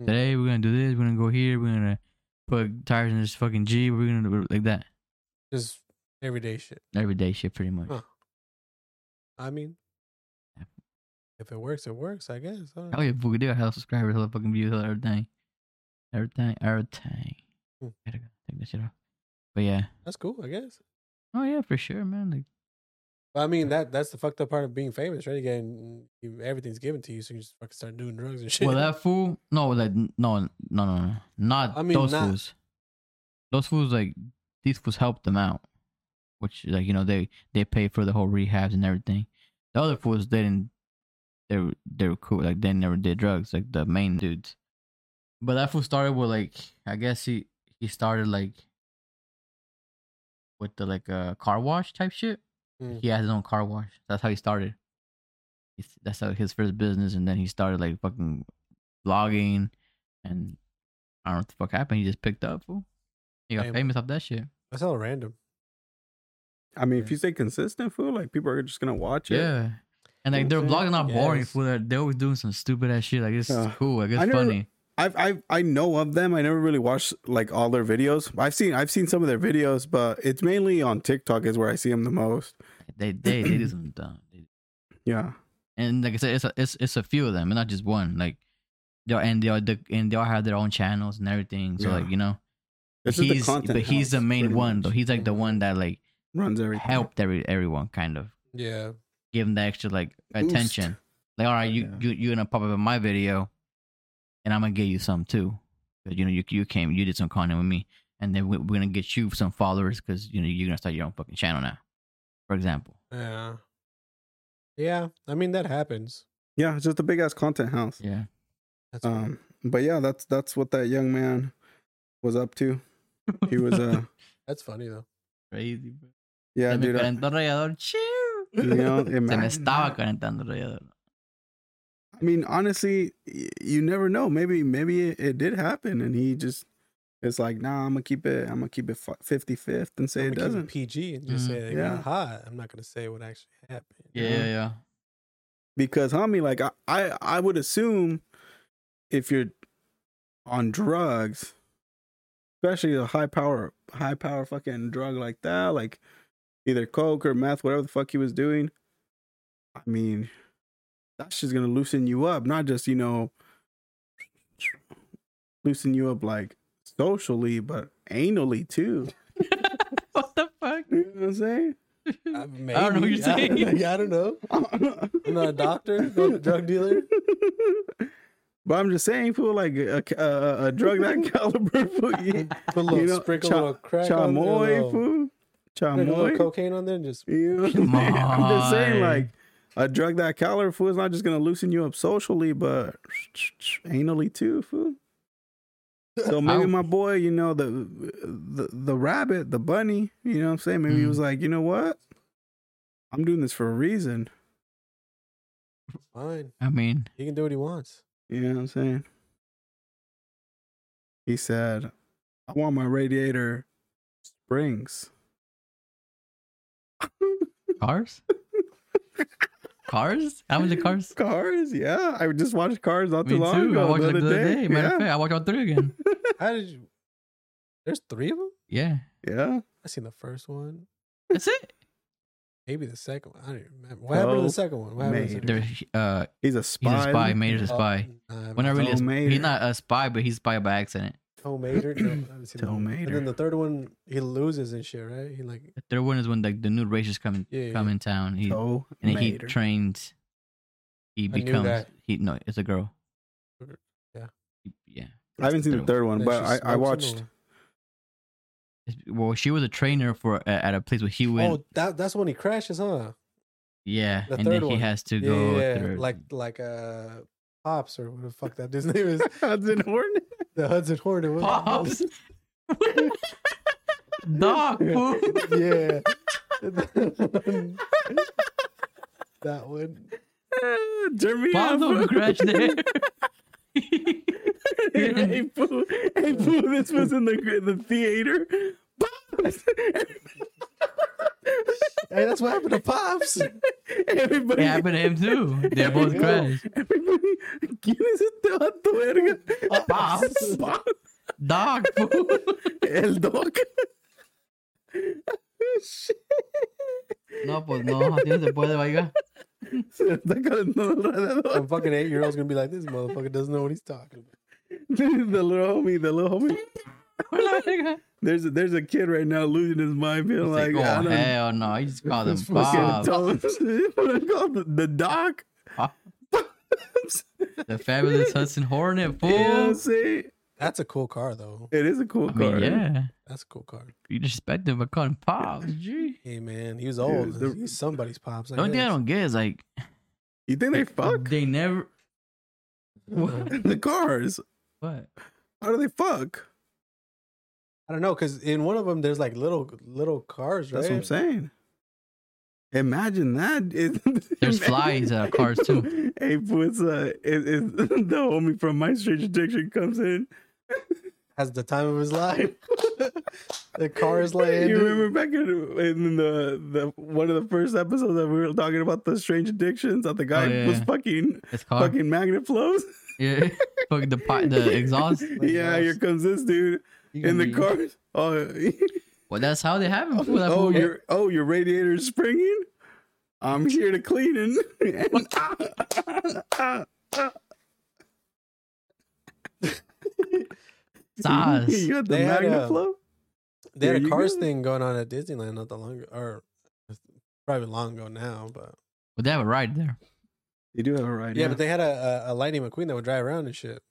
[SPEAKER 4] Hmm.
[SPEAKER 5] Today we're gonna do this, we're gonna go here, we're gonna put tires in this fucking Jeep, we're gonna do like that.
[SPEAKER 4] Just everyday shit.
[SPEAKER 5] Everyday shit pretty much.
[SPEAKER 4] Huh. I mean,
[SPEAKER 5] Yeah.
[SPEAKER 4] if it works, it works. I guess. I don't
[SPEAKER 5] Hell Oh, yeah, fool, we do have hella subscribers, hella fucking views, hella everything. Everything, everything.
[SPEAKER 4] Hmm.
[SPEAKER 5] Gotta go take that shit off. But yeah.
[SPEAKER 4] That's cool, I guess.
[SPEAKER 5] Oh yeah, for sure, man. Like
[SPEAKER 4] But I mean, that that's the fucked up part of being famous, right? Again, you, everything's given to you, so you just fucking start doing drugs and shit.
[SPEAKER 5] well that fool no like no no no no. Not
[SPEAKER 4] I mean,
[SPEAKER 5] those
[SPEAKER 4] not-
[SPEAKER 5] fools. Those fools like these fools helped them out. Which like, you know, they they paid for the whole rehabs and everything. The other fools they didn't they were they were cool, like they never did drugs, like the main dudes. But that fool started with like I guess he he started like with the like uh, car wash type shit.
[SPEAKER 4] Mm.
[SPEAKER 5] He has his own car wash. That's how he started. He's, that's how his first business, and then he started like fucking vlogging, and I don't know what the fuck happened. He just picked up. Fool. He got
[SPEAKER 4] Damn.
[SPEAKER 5] famous off that shit.
[SPEAKER 4] that's all random.
[SPEAKER 3] I mean,
[SPEAKER 5] Yeah.
[SPEAKER 3] if you stay consistent, fool, like people are just gonna watch it.
[SPEAKER 5] Yeah. And like
[SPEAKER 3] Cool
[SPEAKER 5] their
[SPEAKER 3] thing.
[SPEAKER 5] vlogs are not boring.
[SPEAKER 4] Yes.
[SPEAKER 5] Fool. They're, they're always doing some stupid ass shit. Like it's
[SPEAKER 3] Yeah.
[SPEAKER 5] cool. Like it's
[SPEAKER 3] I never-
[SPEAKER 5] funny.
[SPEAKER 3] I've, I've I know of them. I never really watched like all their videos. I've seen I've seen some of their videos, but it's mainly on TikTok is where I see them the most.
[SPEAKER 5] They they they do some dumb.
[SPEAKER 3] Yeah,
[SPEAKER 5] and like I said, it's a, it's it's a few of them, and not just one. Like they are, and they are the, and they all have their own channels and everything. So
[SPEAKER 3] Yeah.
[SPEAKER 5] like you know,
[SPEAKER 3] It's just the
[SPEAKER 5] he's
[SPEAKER 3] content
[SPEAKER 5] but he's the
[SPEAKER 3] house,
[SPEAKER 5] main
[SPEAKER 3] pretty
[SPEAKER 5] one
[SPEAKER 3] much.
[SPEAKER 5] though. He's like the one that like
[SPEAKER 3] runs everything.
[SPEAKER 5] helped every everyone kind of
[SPEAKER 4] Yeah.
[SPEAKER 5] give him the extra like
[SPEAKER 3] Boost.
[SPEAKER 5] attention. Like all right, you
[SPEAKER 3] Yeah.
[SPEAKER 5] you you're gonna pop up in my video, and I'm gonna get you some too. 'Cause, you know you you came you did some content with me, and then we- we're gonna get you some followers because you know you're gonna start your own fucking channel now, for example.
[SPEAKER 4] Yeah. Yeah. I mean, that happens.
[SPEAKER 3] Yeah, it's just a big ass content house.
[SPEAKER 5] Yeah.
[SPEAKER 4] That's
[SPEAKER 3] Um, but yeah, that's that's what that young man was up to. He was uh
[SPEAKER 4] that's funny though.
[SPEAKER 5] crazy. Bro.
[SPEAKER 3] yeah,
[SPEAKER 5] Se me
[SPEAKER 3] dude. I,
[SPEAKER 5] calentó el radiador. Chiu.
[SPEAKER 3] you know,
[SPEAKER 5] Se me
[SPEAKER 3] imagine
[SPEAKER 5] estaba
[SPEAKER 3] that.
[SPEAKER 5] calentando el radiador.
[SPEAKER 3] I mean, honestly, y- you never know. Maybe maybe it, it did happen, and he just it's like, nah, I'm gonna keep it. I'm gonna keep it 50 50th and say
[SPEAKER 4] I'm
[SPEAKER 3] it
[SPEAKER 4] gonna keep
[SPEAKER 3] doesn't.
[SPEAKER 4] PG and just
[SPEAKER 5] Mhm.
[SPEAKER 4] say it
[SPEAKER 3] Yeah.
[SPEAKER 4] got hot. I'm not gonna say what actually happened.
[SPEAKER 5] Yeah, yeah, yeah.
[SPEAKER 3] because homie, like I, I, I would assume if you're on drugs, especially a high power, high power fucking drug like that, like either coke or meth, whatever the fuck he was doing. I mean, that's just gonna loosen you up, not just you know, loosen you up like socially, but anally too.
[SPEAKER 5] what the fuck?
[SPEAKER 3] You know what I'm saying?
[SPEAKER 4] Uh, I,
[SPEAKER 5] don't know what you're saying.
[SPEAKER 4] yeah, I don't know. I'm not a doctor, not a drug dealer.
[SPEAKER 3] But I'm just saying, fool, like a, a, a drug that caliber, fool. You,
[SPEAKER 4] Put a little
[SPEAKER 3] you know,
[SPEAKER 4] sprinkle,
[SPEAKER 3] cha-
[SPEAKER 4] a little crack on there, a
[SPEAKER 3] chamoy,
[SPEAKER 4] little-
[SPEAKER 3] fool.
[SPEAKER 4] drink a little
[SPEAKER 3] Chamoy.
[SPEAKER 4] cocaine on there, and just
[SPEAKER 3] You know what I'm saying? I'm just saying,
[SPEAKER 5] Chamoy.
[SPEAKER 3] like, a drug that caliber, fool, is not just going to loosen you up socially, but anally too, fool. So maybe
[SPEAKER 5] Ow.
[SPEAKER 3] my boy, you know, the, the the rabbit, the bunny, you know what I'm saying? Maybe he
[SPEAKER 5] Mm.
[SPEAKER 3] was like, you know what? I'm doing this for a reason.
[SPEAKER 4] fine.
[SPEAKER 5] I mean,
[SPEAKER 4] He can do what he wants.
[SPEAKER 3] You know what I'm saying? He said, I want my radiator springs.
[SPEAKER 5] cars? cars? How much are cars?
[SPEAKER 3] Cars, yeah. I just watched Cars not
[SPEAKER 5] Me
[SPEAKER 3] too
[SPEAKER 5] too.
[SPEAKER 3] long
[SPEAKER 5] I
[SPEAKER 3] ago.
[SPEAKER 5] watched
[SPEAKER 3] The
[SPEAKER 5] like
[SPEAKER 3] other day.
[SPEAKER 5] Matter
[SPEAKER 3] Yeah.
[SPEAKER 5] of fact, I watched all three again.
[SPEAKER 4] How did you? There's three of them.
[SPEAKER 5] yeah.
[SPEAKER 3] yeah.
[SPEAKER 4] I seen the first one,
[SPEAKER 5] That's it.
[SPEAKER 4] maybe the second one. I don't even remember. What happened to
[SPEAKER 3] Oh,
[SPEAKER 4] the second one? What happened? To the
[SPEAKER 5] There,
[SPEAKER 4] second
[SPEAKER 5] uh,
[SPEAKER 3] He's a
[SPEAKER 5] he's
[SPEAKER 3] spy.
[SPEAKER 5] a spy. Mater's a
[SPEAKER 4] one?
[SPEAKER 5] spy.
[SPEAKER 4] Oh, I haven't
[SPEAKER 5] When I really, a sp-
[SPEAKER 3] Tomater.
[SPEAKER 5] he's not a spy, but he's a spy by accident.
[SPEAKER 4] Tomater. No, I haven't seen that one. And
[SPEAKER 3] Tomater.
[SPEAKER 4] then the third one, he loses and shit, right? He like
[SPEAKER 5] The third one is when like the new racers come in,
[SPEAKER 4] Yeah, yeah,
[SPEAKER 5] come
[SPEAKER 4] yeah.
[SPEAKER 5] in town. He,
[SPEAKER 3] So
[SPEAKER 5] and he
[SPEAKER 3] Mater.
[SPEAKER 5] trains. He
[SPEAKER 4] new guy.
[SPEAKER 5] becomes he no, it's a girl.
[SPEAKER 4] Yeah.
[SPEAKER 5] He- yeah.
[SPEAKER 3] I haven't seen the
[SPEAKER 5] one.
[SPEAKER 3] third one,
[SPEAKER 4] and
[SPEAKER 3] but I,
[SPEAKER 4] she smokes
[SPEAKER 3] I
[SPEAKER 4] him
[SPEAKER 3] watched.
[SPEAKER 4] or-
[SPEAKER 5] It's- Well, she was a trainer for uh, at a place where he went.
[SPEAKER 4] oh, that that's when he crashes, huh?
[SPEAKER 5] yeah,
[SPEAKER 4] the
[SPEAKER 5] and then
[SPEAKER 4] third
[SPEAKER 5] he
[SPEAKER 4] one.
[SPEAKER 5] has to
[SPEAKER 4] Yeah,
[SPEAKER 5] go
[SPEAKER 4] yeah, yeah.
[SPEAKER 5] through.
[SPEAKER 4] like like uh, pops or what the fuck that dude's name is.
[SPEAKER 3] Hudson Horn.
[SPEAKER 4] The Hudson Hornet. what-
[SPEAKER 5] pops. Dog food.
[SPEAKER 4] yeah. that one.
[SPEAKER 3] Jeremy.
[SPEAKER 5] Bob don't crash there.
[SPEAKER 3] hey, fool. Hey, fool. This was in the, the theater. Pops.
[SPEAKER 4] Hey, that's what happened to Pops.
[SPEAKER 5] it
[SPEAKER 3] Everybody.
[SPEAKER 5] happened to him too. They both
[SPEAKER 4] Yeah.
[SPEAKER 5] crashed.
[SPEAKER 3] Everybody, ¿quién es este vato, verga?
[SPEAKER 5] Oh, Pops.
[SPEAKER 3] Pa-
[SPEAKER 5] Dog food.
[SPEAKER 3] El Doc. Shit,
[SPEAKER 5] No, pues no, así no se puede, vaya.
[SPEAKER 3] Se está calentando el radiador.
[SPEAKER 4] A fucking eight year old's gonna be like, this motherfucker doesn't know what he's talking about.
[SPEAKER 3] The little homie, the little homie.
[SPEAKER 4] Oh
[SPEAKER 5] Hola, verga.
[SPEAKER 3] There's a, there's a kid right now losing his mind, feeling like,
[SPEAKER 5] It's like,
[SPEAKER 3] I
[SPEAKER 5] oh,
[SPEAKER 3] don't
[SPEAKER 5] hell no. I just called him
[SPEAKER 4] It's fucking
[SPEAKER 3] fucking
[SPEAKER 5] Bob.
[SPEAKER 3] tell him. Call the, the doc.
[SPEAKER 5] The fabulous Hudson Hornet, fool.
[SPEAKER 3] You know what I'm saying?
[SPEAKER 4] That's a cool car, though.
[SPEAKER 3] It is a cool
[SPEAKER 5] I
[SPEAKER 3] car.
[SPEAKER 5] mean, yeah.
[SPEAKER 4] That's a cool car.
[SPEAKER 5] You disrespect him by calling Pops. Gee.
[SPEAKER 4] Hey, man, he was old.
[SPEAKER 3] the-
[SPEAKER 4] he's somebody's Pops. I
[SPEAKER 5] The only thing I
[SPEAKER 4] guess.
[SPEAKER 5] don't get is like,
[SPEAKER 3] You think they fuck?
[SPEAKER 5] they never. What?
[SPEAKER 3] the cars.
[SPEAKER 5] what?
[SPEAKER 3] How do they fuck?
[SPEAKER 4] I don't know, because in one of them, there's like little little cars, right?
[SPEAKER 3] That's what I'm saying. Imagine that. It-
[SPEAKER 5] There's
[SPEAKER 3] imagine-
[SPEAKER 5] flies out of cars too.
[SPEAKER 3] Hey, fool, it's uh, it, it, the homie from my street addiction comes in.
[SPEAKER 4] Has the time of his life. the car is like,
[SPEAKER 3] you remember back in, in the the one of the first episodes that we were talking about the strange addictions that the guy
[SPEAKER 5] Oh, yeah,
[SPEAKER 3] was
[SPEAKER 5] yeah.
[SPEAKER 3] fucking
[SPEAKER 5] It's called.
[SPEAKER 3] fucking magnet flows.
[SPEAKER 5] yeah. Fuck the, pi- the exhaust.
[SPEAKER 3] yeah, here comes this dude in the car. Oh,
[SPEAKER 5] Well, that's how they happen. Fool. That
[SPEAKER 3] oh,
[SPEAKER 5] fool-
[SPEAKER 3] your oh your radiator's springing. I'm here to clean it. And,
[SPEAKER 5] Sauce.
[SPEAKER 3] you got the
[SPEAKER 4] They had,
[SPEAKER 3] magnet
[SPEAKER 4] uh,
[SPEAKER 3] flow.
[SPEAKER 4] They had
[SPEAKER 3] There
[SPEAKER 4] a
[SPEAKER 3] you
[SPEAKER 4] cars
[SPEAKER 3] go.
[SPEAKER 4] thing going on at Disneyland not that long ago, or it's probably long ago now, but
[SPEAKER 5] Well, they have a ride there.
[SPEAKER 3] You do have a right.
[SPEAKER 4] yeah, but they had a, a, a Lightning McQueen that would drive around and shit,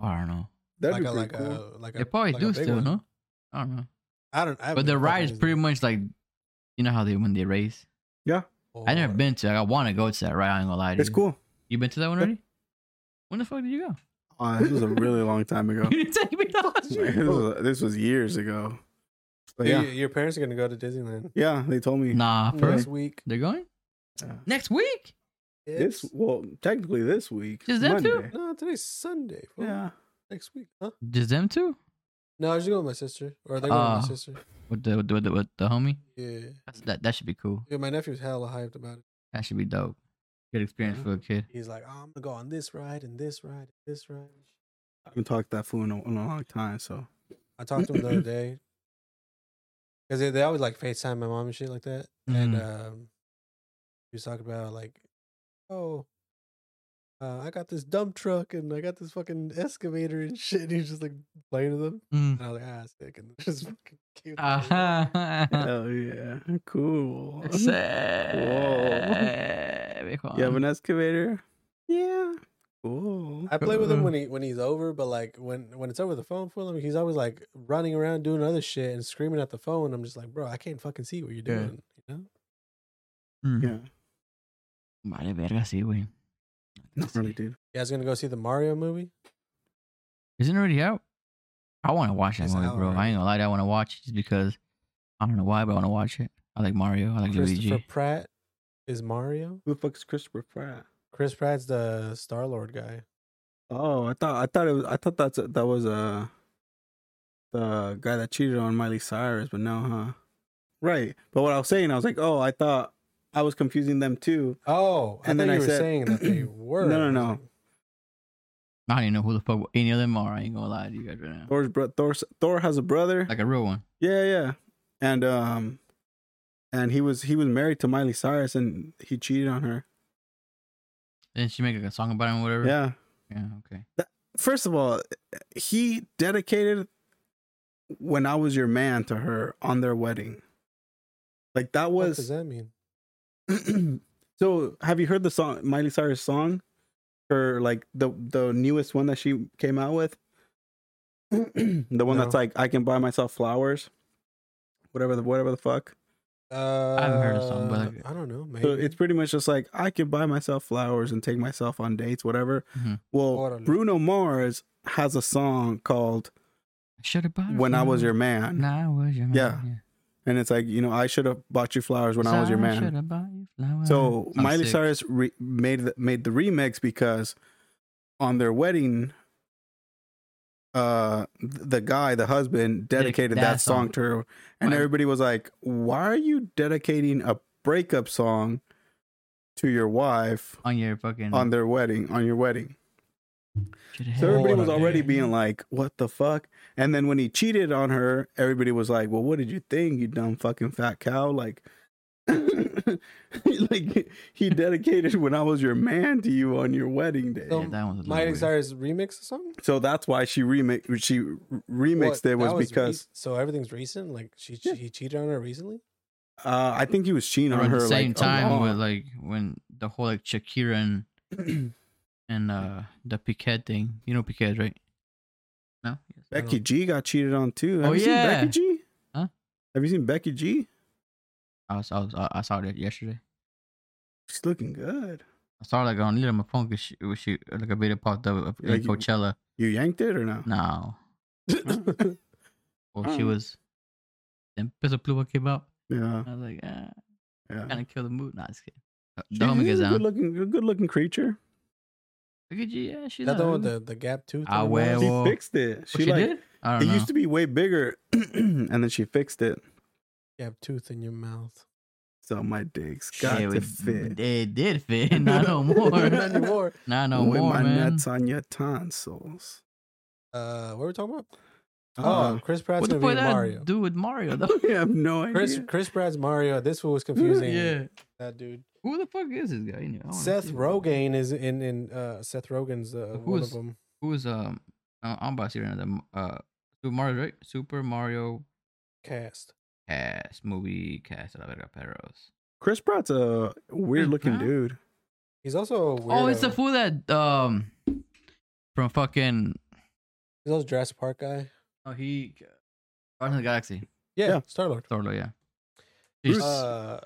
[SPEAKER 5] Oh, I don't know.
[SPEAKER 3] that'd
[SPEAKER 4] like
[SPEAKER 3] be
[SPEAKER 4] a like
[SPEAKER 3] pretty cool.
[SPEAKER 4] a like a
[SPEAKER 5] They probably
[SPEAKER 4] like a
[SPEAKER 5] do
[SPEAKER 4] big
[SPEAKER 5] still,
[SPEAKER 4] one.
[SPEAKER 5] no? I don't know.
[SPEAKER 4] I don't. I
[SPEAKER 5] But the ride is pretty
[SPEAKER 4] much.
[SPEAKER 5] much like, you know how they when they race. I
[SPEAKER 4] Oh.
[SPEAKER 5] never been to. Like, I want to go to that ride. I ain't gonna lie to
[SPEAKER 3] it's
[SPEAKER 5] you.
[SPEAKER 3] cool.
[SPEAKER 5] You been to that one already? When the fuck did you go?
[SPEAKER 3] Uh, this was a really long time ago.
[SPEAKER 5] You didn't take me
[SPEAKER 3] this, was, this was years ago. But
[SPEAKER 4] Dude,
[SPEAKER 3] Oh. yeah,
[SPEAKER 4] your- Your parents are gonna go to Disneyland
[SPEAKER 3] yeah, they told me
[SPEAKER 5] Nah, for
[SPEAKER 4] this
[SPEAKER 5] real.
[SPEAKER 4] week.
[SPEAKER 5] They're going
[SPEAKER 3] Yeah.
[SPEAKER 5] next week.
[SPEAKER 3] this.
[SPEAKER 4] It's-
[SPEAKER 3] Well, technically this week.
[SPEAKER 5] Is that too?
[SPEAKER 3] Monday.
[SPEAKER 4] no, today's Sunday. fool.
[SPEAKER 3] Yeah,
[SPEAKER 4] next week, huh?
[SPEAKER 5] Just them two
[SPEAKER 4] No, I was just going with my sister, or they're going with
[SPEAKER 5] Ah.
[SPEAKER 4] my sister.
[SPEAKER 5] with the with the, with the, with the homie.
[SPEAKER 4] Yeah,
[SPEAKER 5] That's, that that should be cool.
[SPEAKER 4] yeah. My nephew's hella hyped about it.
[SPEAKER 5] That should be dope. Good experience for a kid.
[SPEAKER 4] He's like, oh, I'm gonna go on this ride and this ride and this ride.
[SPEAKER 3] I haven't talked to that fool in a, in a long time, so
[SPEAKER 4] I talked to him the other day because they, they always like Facetime my mom and shit like that, and um, he was talking about like, oh, uh, I got this dump truck and I got this fucking excavator and shit. And he was just like playing with them,
[SPEAKER 5] Mm.
[SPEAKER 4] and I was like, ah, sick, and just fucking came.
[SPEAKER 5] Ah. Ajá.
[SPEAKER 3] hell yeah, cool.
[SPEAKER 5] Sí.
[SPEAKER 3] Whoa.
[SPEAKER 5] viejo.
[SPEAKER 3] You have an excavator? Yeah, cool.
[SPEAKER 4] I play with
[SPEAKER 5] Mm-hmm.
[SPEAKER 4] him when he when he's over, but like when when it's over the phone for him, he's always like running around doing other shit and screaming at the phone. I'm just like, bro, I can't fucking see what you're
[SPEAKER 5] Yeah.
[SPEAKER 4] doing. You know?
[SPEAKER 5] Mm.
[SPEAKER 3] Yeah,
[SPEAKER 5] Vale, verga, sí, güey.
[SPEAKER 3] not really, dude.
[SPEAKER 4] You guys gonna go see the Mario movie?
[SPEAKER 5] Isn't it already out? I want to watch that
[SPEAKER 4] It's
[SPEAKER 5] movie,
[SPEAKER 4] out
[SPEAKER 5] bro. I
[SPEAKER 4] already.
[SPEAKER 5] ain't gonna lie, to you, I want to watch it just because I don't know why, but I want to watch it. I like Mario. I like
[SPEAKER 4] Christopher
[SPEAKER 5] Luigi.
[SPEAKER 4] Pratt is Mario.
[SPEAKER 3] Who the fuck is Christopher Pratt?
[SPEAKER 4] Chris Pratt's the Star Lord guy.
[SPEAKER 3] Oh, I thought I thought it was I thought that's that was uh the guy that cheated on Miley Cyrus, but no, huh? Right. But what I was saying, I was like, oh, I thought I was confusing them too.
[SPEAKER 4] Oh, I
[SPEAKER 3] And then
[SPEAKER 4] thought you
[SPEAKER 3] I
[SPEAKER 4] were
[SPEAKER 3] said-
[SPEAKER 4] saying that they were.
[SPEAKER 3] No, no,
[SPEAKER 4] I was
[SPEAKER 3] no.
[SPEAKER 4] like,
[SPEAKER 5] I don't even know who the fuck any of them are. I ain't gonna lie to you guys right now.
[SPEAKER 3] Thor's bro- Thor Thor has a brother.
[SPEAKER 5] Like a real one.
[SPEAKER 3] Yeah, yeah. And um and he was he was married to Miley Cyrus and he cheated on her.
[SPEAKER 5] Didn't she make like, a song about him or whatever?
[SPEAKER 3] Yeah.
[SPEAKER 5] Yeah, okay.
[SPEAKER 3] First of all, he dedicated when I was your man to her on their wedding. Like that
[SPEAKER 4] What
[SPEAKER 3] was
[SPEAKER 4] does that mean?
[SPEAKER 3] so have you heard the song Miley Cyrus song? Her like the the newest one that she came out with? the one
[SPEAKER 4] No.
[SPEAKER 3] that's like I can buy myself flowers. Whatever the whatever the fuck.
[SPEAKER 4] Uh,
[SPEAKER 5] haven't heard a song, but, like-
[SPEAKER 4] I don't know. Maybe
[SPEAKER 3] So it's pretty much just like I can buy myself flowers and take myself on dates, whatever.
[SPEAKER 5] Mhm.
[SPEAKER 3] Well,
[SPEAKER 4] Orale.
[SPEAKER 3] Bruno Mars has a song called
[SPEAKER 5] Should have bought. it
[SPEAKER 3] "When I
[SPEAKER 5] from
[SPEAKER 3] Was
[SPEAKER 5] you.
[SPEAKER 3] Your Man,"
[SPEAKER 5] When I was your man.
[SPEAKER 3] Yeah. and it's like you know I should have bought you flowers when I was your man.
[SPEAKER 5] Shoulda bought you flowers.
[SPEAKER 3] So
[SPEAKER 5] Sounds
[SPEAKER 3] Miley
[SPEAKER 5] sick.
[SPEAKER 3] Cyrus re- made the, made the remix because on their wedding, uh, th- the guy, the husband, dedicated
[SPEAKER 5] that
[SPEAKER 3] that, song,
[SPEAKER 5] song.
[SPEAKER 3] to her, and
[SPEAKER 5] Why-
[SPEAKER 3] everybody was like, "Why are you dedicating a breakup song to your wife
[SPEAKER 5] on your fucking
[SPEAKER 3] on their wedding on your wedding?"
[SPEAKER 5] Shoulda
[SPEAKER 3] So
[SPEAKER 5] had
[SPEAKER 3] everybody
[SPEAKER 5] it.
[SPEAKER 3] was
[SPEAKER 4] Hold on,
[SPEAKER 3] already
[SPEAKER 4] man.
[SPEAKER 3] being like, "What the fuck?" And then when he cheated on her, everybody was like, "Well, what did you think, you dumb fucking fat cow?" Like, like he dedicated "When I Was Your Man" to you on your wedding day.
[SPEAKER 5] Yeah,
[SPEAKER 4] So-
[SPEAKER 5] that one was a
[SPEAKER 4] Miley
[SPEAKER 5] little weird.
[SPEAKER 4] Cyrus remix or something.
[SPEAKER 3] So that's why she remix she remixed
[SPEAKER 4] What,
[SPEAKER 3] it was,
[SPEAKER 4] that
[SPEAKER 3] because
[SPEAKER 4] rec- so everything's recent. Like she,
[SPEAKER 3] Yeah.
[SPEAKER 4] he cheated on her recently.
[SPEAKER 3] uh, I think he was cheating on
[SPEAKER 5] Around
[SPEAKER 3] her
[SPEAKER 5] the same
[SPEAKER 3] like, a
[SPEAKER 5] time
[SPEAKER 3] lot.
[SPEAKER 5] with uh, like when the whole like Shakira and and uh the Piquet thing. You know Piquet, right? No. Yes.
[SPEAKER 3] Becky G got cheated on too. Have
[SPEAKER 5] Oh,
[SPEAKER 3] you
[SPEAKER 5] yeah.
[SPEAKER 3] seen Becky G?
[SPEAKER 5] Huh?
[SPEAKER 3] Have you seen Becky G?
[SPEAKER 5] I was, I was I saw that yesterday.
[SPEAKER 3] She's looking good.
[SPEAKER 5] I saw like on little my phone 'cause she, she like a video popped up of
[SPEAKER 3] Like you-
[SPEAKER 5] Coachella.
[SPEAKER 3] You yanked it or no?
[SPEAKER 5] No. Well, she
[SPEAKER 3] Oh.
[SPEAKER 5] was. Then Pistol Pluma came out.
[SPEAKER 3] Yeah,
[SPEAKER 5] I was like, ah,
[SPEAKER 3] yeah.
[SPEAKER 5] kind of kill the mood. Nah, just kidding. Uh,
[SPEAKER 3] She-
[SPEAKER 5] The homie
[SPEAKER 3] she's
[SPEAKER 5] gets
[SPEAKER 3] a
[SPEAKER 5] down.
[SPEAKER 3] good looking, good looking creature.
[SPEAKER 5] Look at you, yeah, she's
[SPEAKER 4] that
[SPEAKER 5] not
[SPEAKER 4] the one with
[SPEAKER 5] ugly.
[SPEAKER 4] the, the gap tooth.
[SPEAKER 5] Ah,
[SPEAKER 4] on the
[SPEAKER 5] well,
[SPEAKER 4] nose?
[SPEAKER 3] She
[SPEAKER 5] well,
[SPEAKER 3] fixed it.
[SPEAKER 5] Oh, she,
[SPEAKER 3] She, like
[SPEAKER 5] did. I
[SPEAKER 3] it
[SPEAKER 5] don't know.
[SPEAKER 3] used to be way bigger, and then she fixed it.
[SPEAKER 4] gap tooth in your mouth.
[SPEAKER 3] So my dick's
[SPEAKER 5] Shit,
[SPEAKER 3] got
[SPEAKER 5] we-
[SPEAKER 3] to fit.
[SPEAKER 5] It did fit. Not no
[SPEAKER 4] Not
[SPEAKER 5] more.
[SPEAKER 4] anymore.
[SPEAKER 5] Not no
[SPEAKER 3] With
[SPEAKER 5] more,
[SPEAKER 3] my
[SPEAKER 5] man.
[SPEAKER 3] nuts on your tonsils.
[SPEAKER 4] Uh, what were we talking about? Oh,
[SPEAKER 3] Oh,
[SPEAKER 4] Chris Pratt's
[SPEAKER 5] What the
[SPEAKER 4] gonna
[SPEAKER 5] fuck
[SPEAKER 4] be
[SPEAKER 5] that
[SPEAKER 4] Mario.
[SPEAKER 5] do with Mario though?
[SPEAKER 3] I have no idea.
[SPEAKER 4] Chris Chris Pratt's Mario. This one was confusing.
[SPEAKER 5] yeah.
[SPEAKER 4] that dude.
[SPEAKER 5] Who the fuck is this guy? You know, I wanna
[SPEAKER 4] Seth
[SPEAKER 5] see.
[SPEAKER 4] Rogen is in in uh Seth Rogen's uh, one of
[SPEAKER 5] Who's-
[SPEAKER 4] them.
[SPEAKER 5] Who is um? uh, I'm about to see right now. The uh, Super Mario, right? Super Mario
[SPEAKER 4] Cast.
[SPEAKER 5] cast movie cast. La verga perros.
[SPEAKER 3] Chris Pratt's a weird looking
[SPEAKER 5] Pratt?
[SPEAKER 3] dude.
[SPEAKER 4] He's also a weirdo.
[SPEAKER 5] Oh, it's the fool that um from fucking
[SPEAKER 4] He's also Jurassic Park guy.
[SPEAKER 5] oh he Guardians of the Galaxy.
[SPEAKER 4] Yeah,
[SPEAKER 3] Yeah.
[SPEAKER 4] Star Lord.
[SPEAKER 5] Thorlo, yeah.
[SPEAKER 3] Bruce.
[SPEAKER 4] Uh,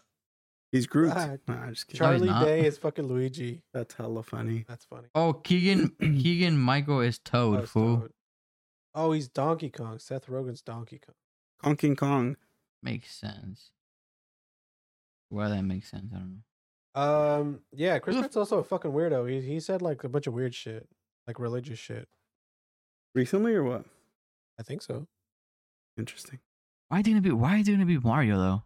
[SPEAKER 3] He's Groot.
[SPEAKER 4] Ah,
[SPEAKER 3] Nah, I'm just kidding.
[SPEAKER 5] Char-
[SPEAKER 4] Charlie
[SPEAKER 5] not.
[SPEAKER 4] Day is fucking Luigi.
[SPEAKER 3] That's hella funny.
[SPEAKER 4] That's funny.
[SPEAKER 5] Oh, Keegan Keegan Michael is Toad,
[SPEAKER 4] Oh, it's
[SPEAKER 5] fool.
[SPEAKER 4] Toad. Oh, he's Donkey Kong. Seth Rogen's Donkey Kong.
[SPEAKER 3] Kong King Kong.
[SPEAKER 5] Makes sense. Why that makes sense, I don't know.
[SPEAKER 4] Um, yeah, Chris
[SPEAKER 5] the
[SPEAKER 4] Pratt's also a fucking weirdo. He he said like a bunch of weird shit, like religious shit.
[SPEAKER 3] Recently or what?
[SPEAKER 4] I think so.
[SPEAKER 3] Interesting.
[SPEAKER 5] Why didn't it be why didn't it be Mario though?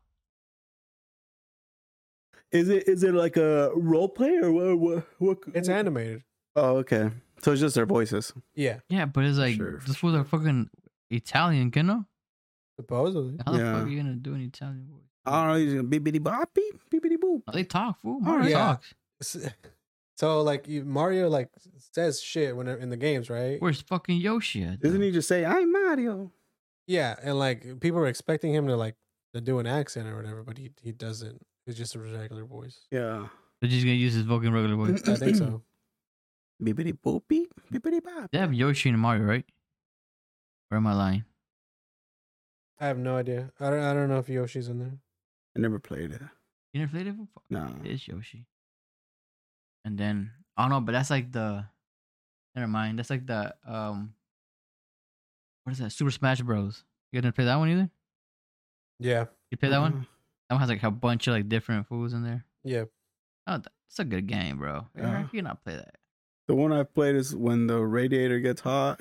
[SPEAKER 3] Is it is it like a role play or what? What? what
[SPEAKER 4] It's animated.
[SPEAKER 3] oh, okay. So it's just their voices.
[SPEAKER 4] Yeah,
[SPEAKER 5] Yeah, but it's like
[SPEAKER 3] Sure.
[SPEAKER 5] this was a fucking Italian, you know?
[SPEAKER 4] supposedly.
[SPEAKER 5] How the
[SPEAKER 3] Yeah.
[SPEAKER 5] fuck are you gonna do an Italian voice? Oh,
[SPEAKER 3] I don't know. He's gonna bibbidi bop, beep, bibbidi boop.
[SPEAKER 5] They talk,
[SPEAKER 3] Oh,
[SPEAKER 5] fool. Mario
[SPEAKER 4] yeah.
[SPEAKER 5] talks.
[SPEAKER 4] S- So like you, Mario like says shit when in the games, right?
[SPEAKER 5] Where's fucking Yoshi? at, though?
[SPEAKER 3] Doesn't he just say, "I'm Mario"?
[SPEAKER 4] Yeah, and like people were expecting him to like to do an accent or whatever, but he he doesn't. It's just a regular voice.
[SPEAKER 3] Yeah.
[SPEAKER 5] They're just gonna use his fucking regular voice.
[SPEAKER 4] I think so.
[SPEAKER 3] Bibbidi boop, beep, bibbidi bop.
[SPEAKER 5] They have Yoshi and Mario, right? Or am I lying?
[SPEAKER 4] I have no idea. I don't. I don't know if Yoshi's in there.
[SPEAKER 3] I never played it.
[SPEAKER 5] You never played it before?
[SPEAKER 3] No.
[SPEAKER 5] It is Yoshi. And then I don't know, but that's like the never mind. That's like the um what is that? Super Smash Bros. You guys didn't play that one either?
[SPEAKER 4] Yeah.
[SPEAKER 5] You play that
[SPEAKER 3] Uh-huh.
[SPEAKER 5] one? That one has like a bunch of like different fools in there.
[SPEAKER 4] Yeah.
[SPEAKER 5] Oh, th- it's a good game, bro. You're
[SPEAKER 3] Yeah.
[SPEAKER 5] not- You not play that?
[SPEAKER 3] The one I've played is when the radiator gets hot.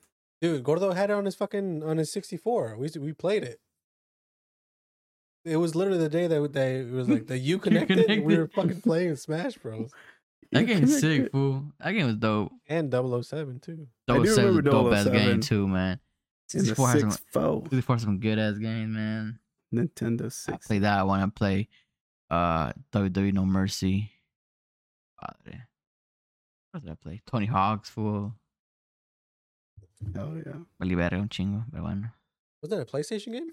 [SPEAKER 4] Dude, Gordo had it on his fucking on his 64. We we played it. It was literally the day that they it was like the you connected. and we were
[SPEAKER 5] connected.
[SPEAKER 4] fucking playing Smash Bros.
[SPEAKER 5] That game's
[SPEAKER 3] Connected.
[SPEAKER 5] sick, fool. That game was dope.
[SPEAKER 4] and 007 too.
[SPEAKER 3] I
[SPEAKER 5] Dope
[SPEAKER 3] do
[SPEAKER 5] set was a
[SPEAKER 3] remember
[SPEAKER 5] dope ass
[SPEAKER 3] 007.
[SPEAKER 5] game too, man.
[SPEAKER 3] In the
[SPEAKER 5] 64 has some
[SPEAKER 3] six foe.
[SPEAKER 5] 64 has some good ass game, man.
[SPEAKER 3] Nintendo
[SPEAKER 5] I
[SPEAKER 3] six.
[SPEAKER 5] play that one. I play uh WWE No Mercy. Padre. What did I play? Tony Hawk's fool.
[SPEAKER 3] Oh yeah.
[SPEAKER 5] Vale verga un chingo, pero bueno.
[SPEAKER 4] Was that a PlayStation game?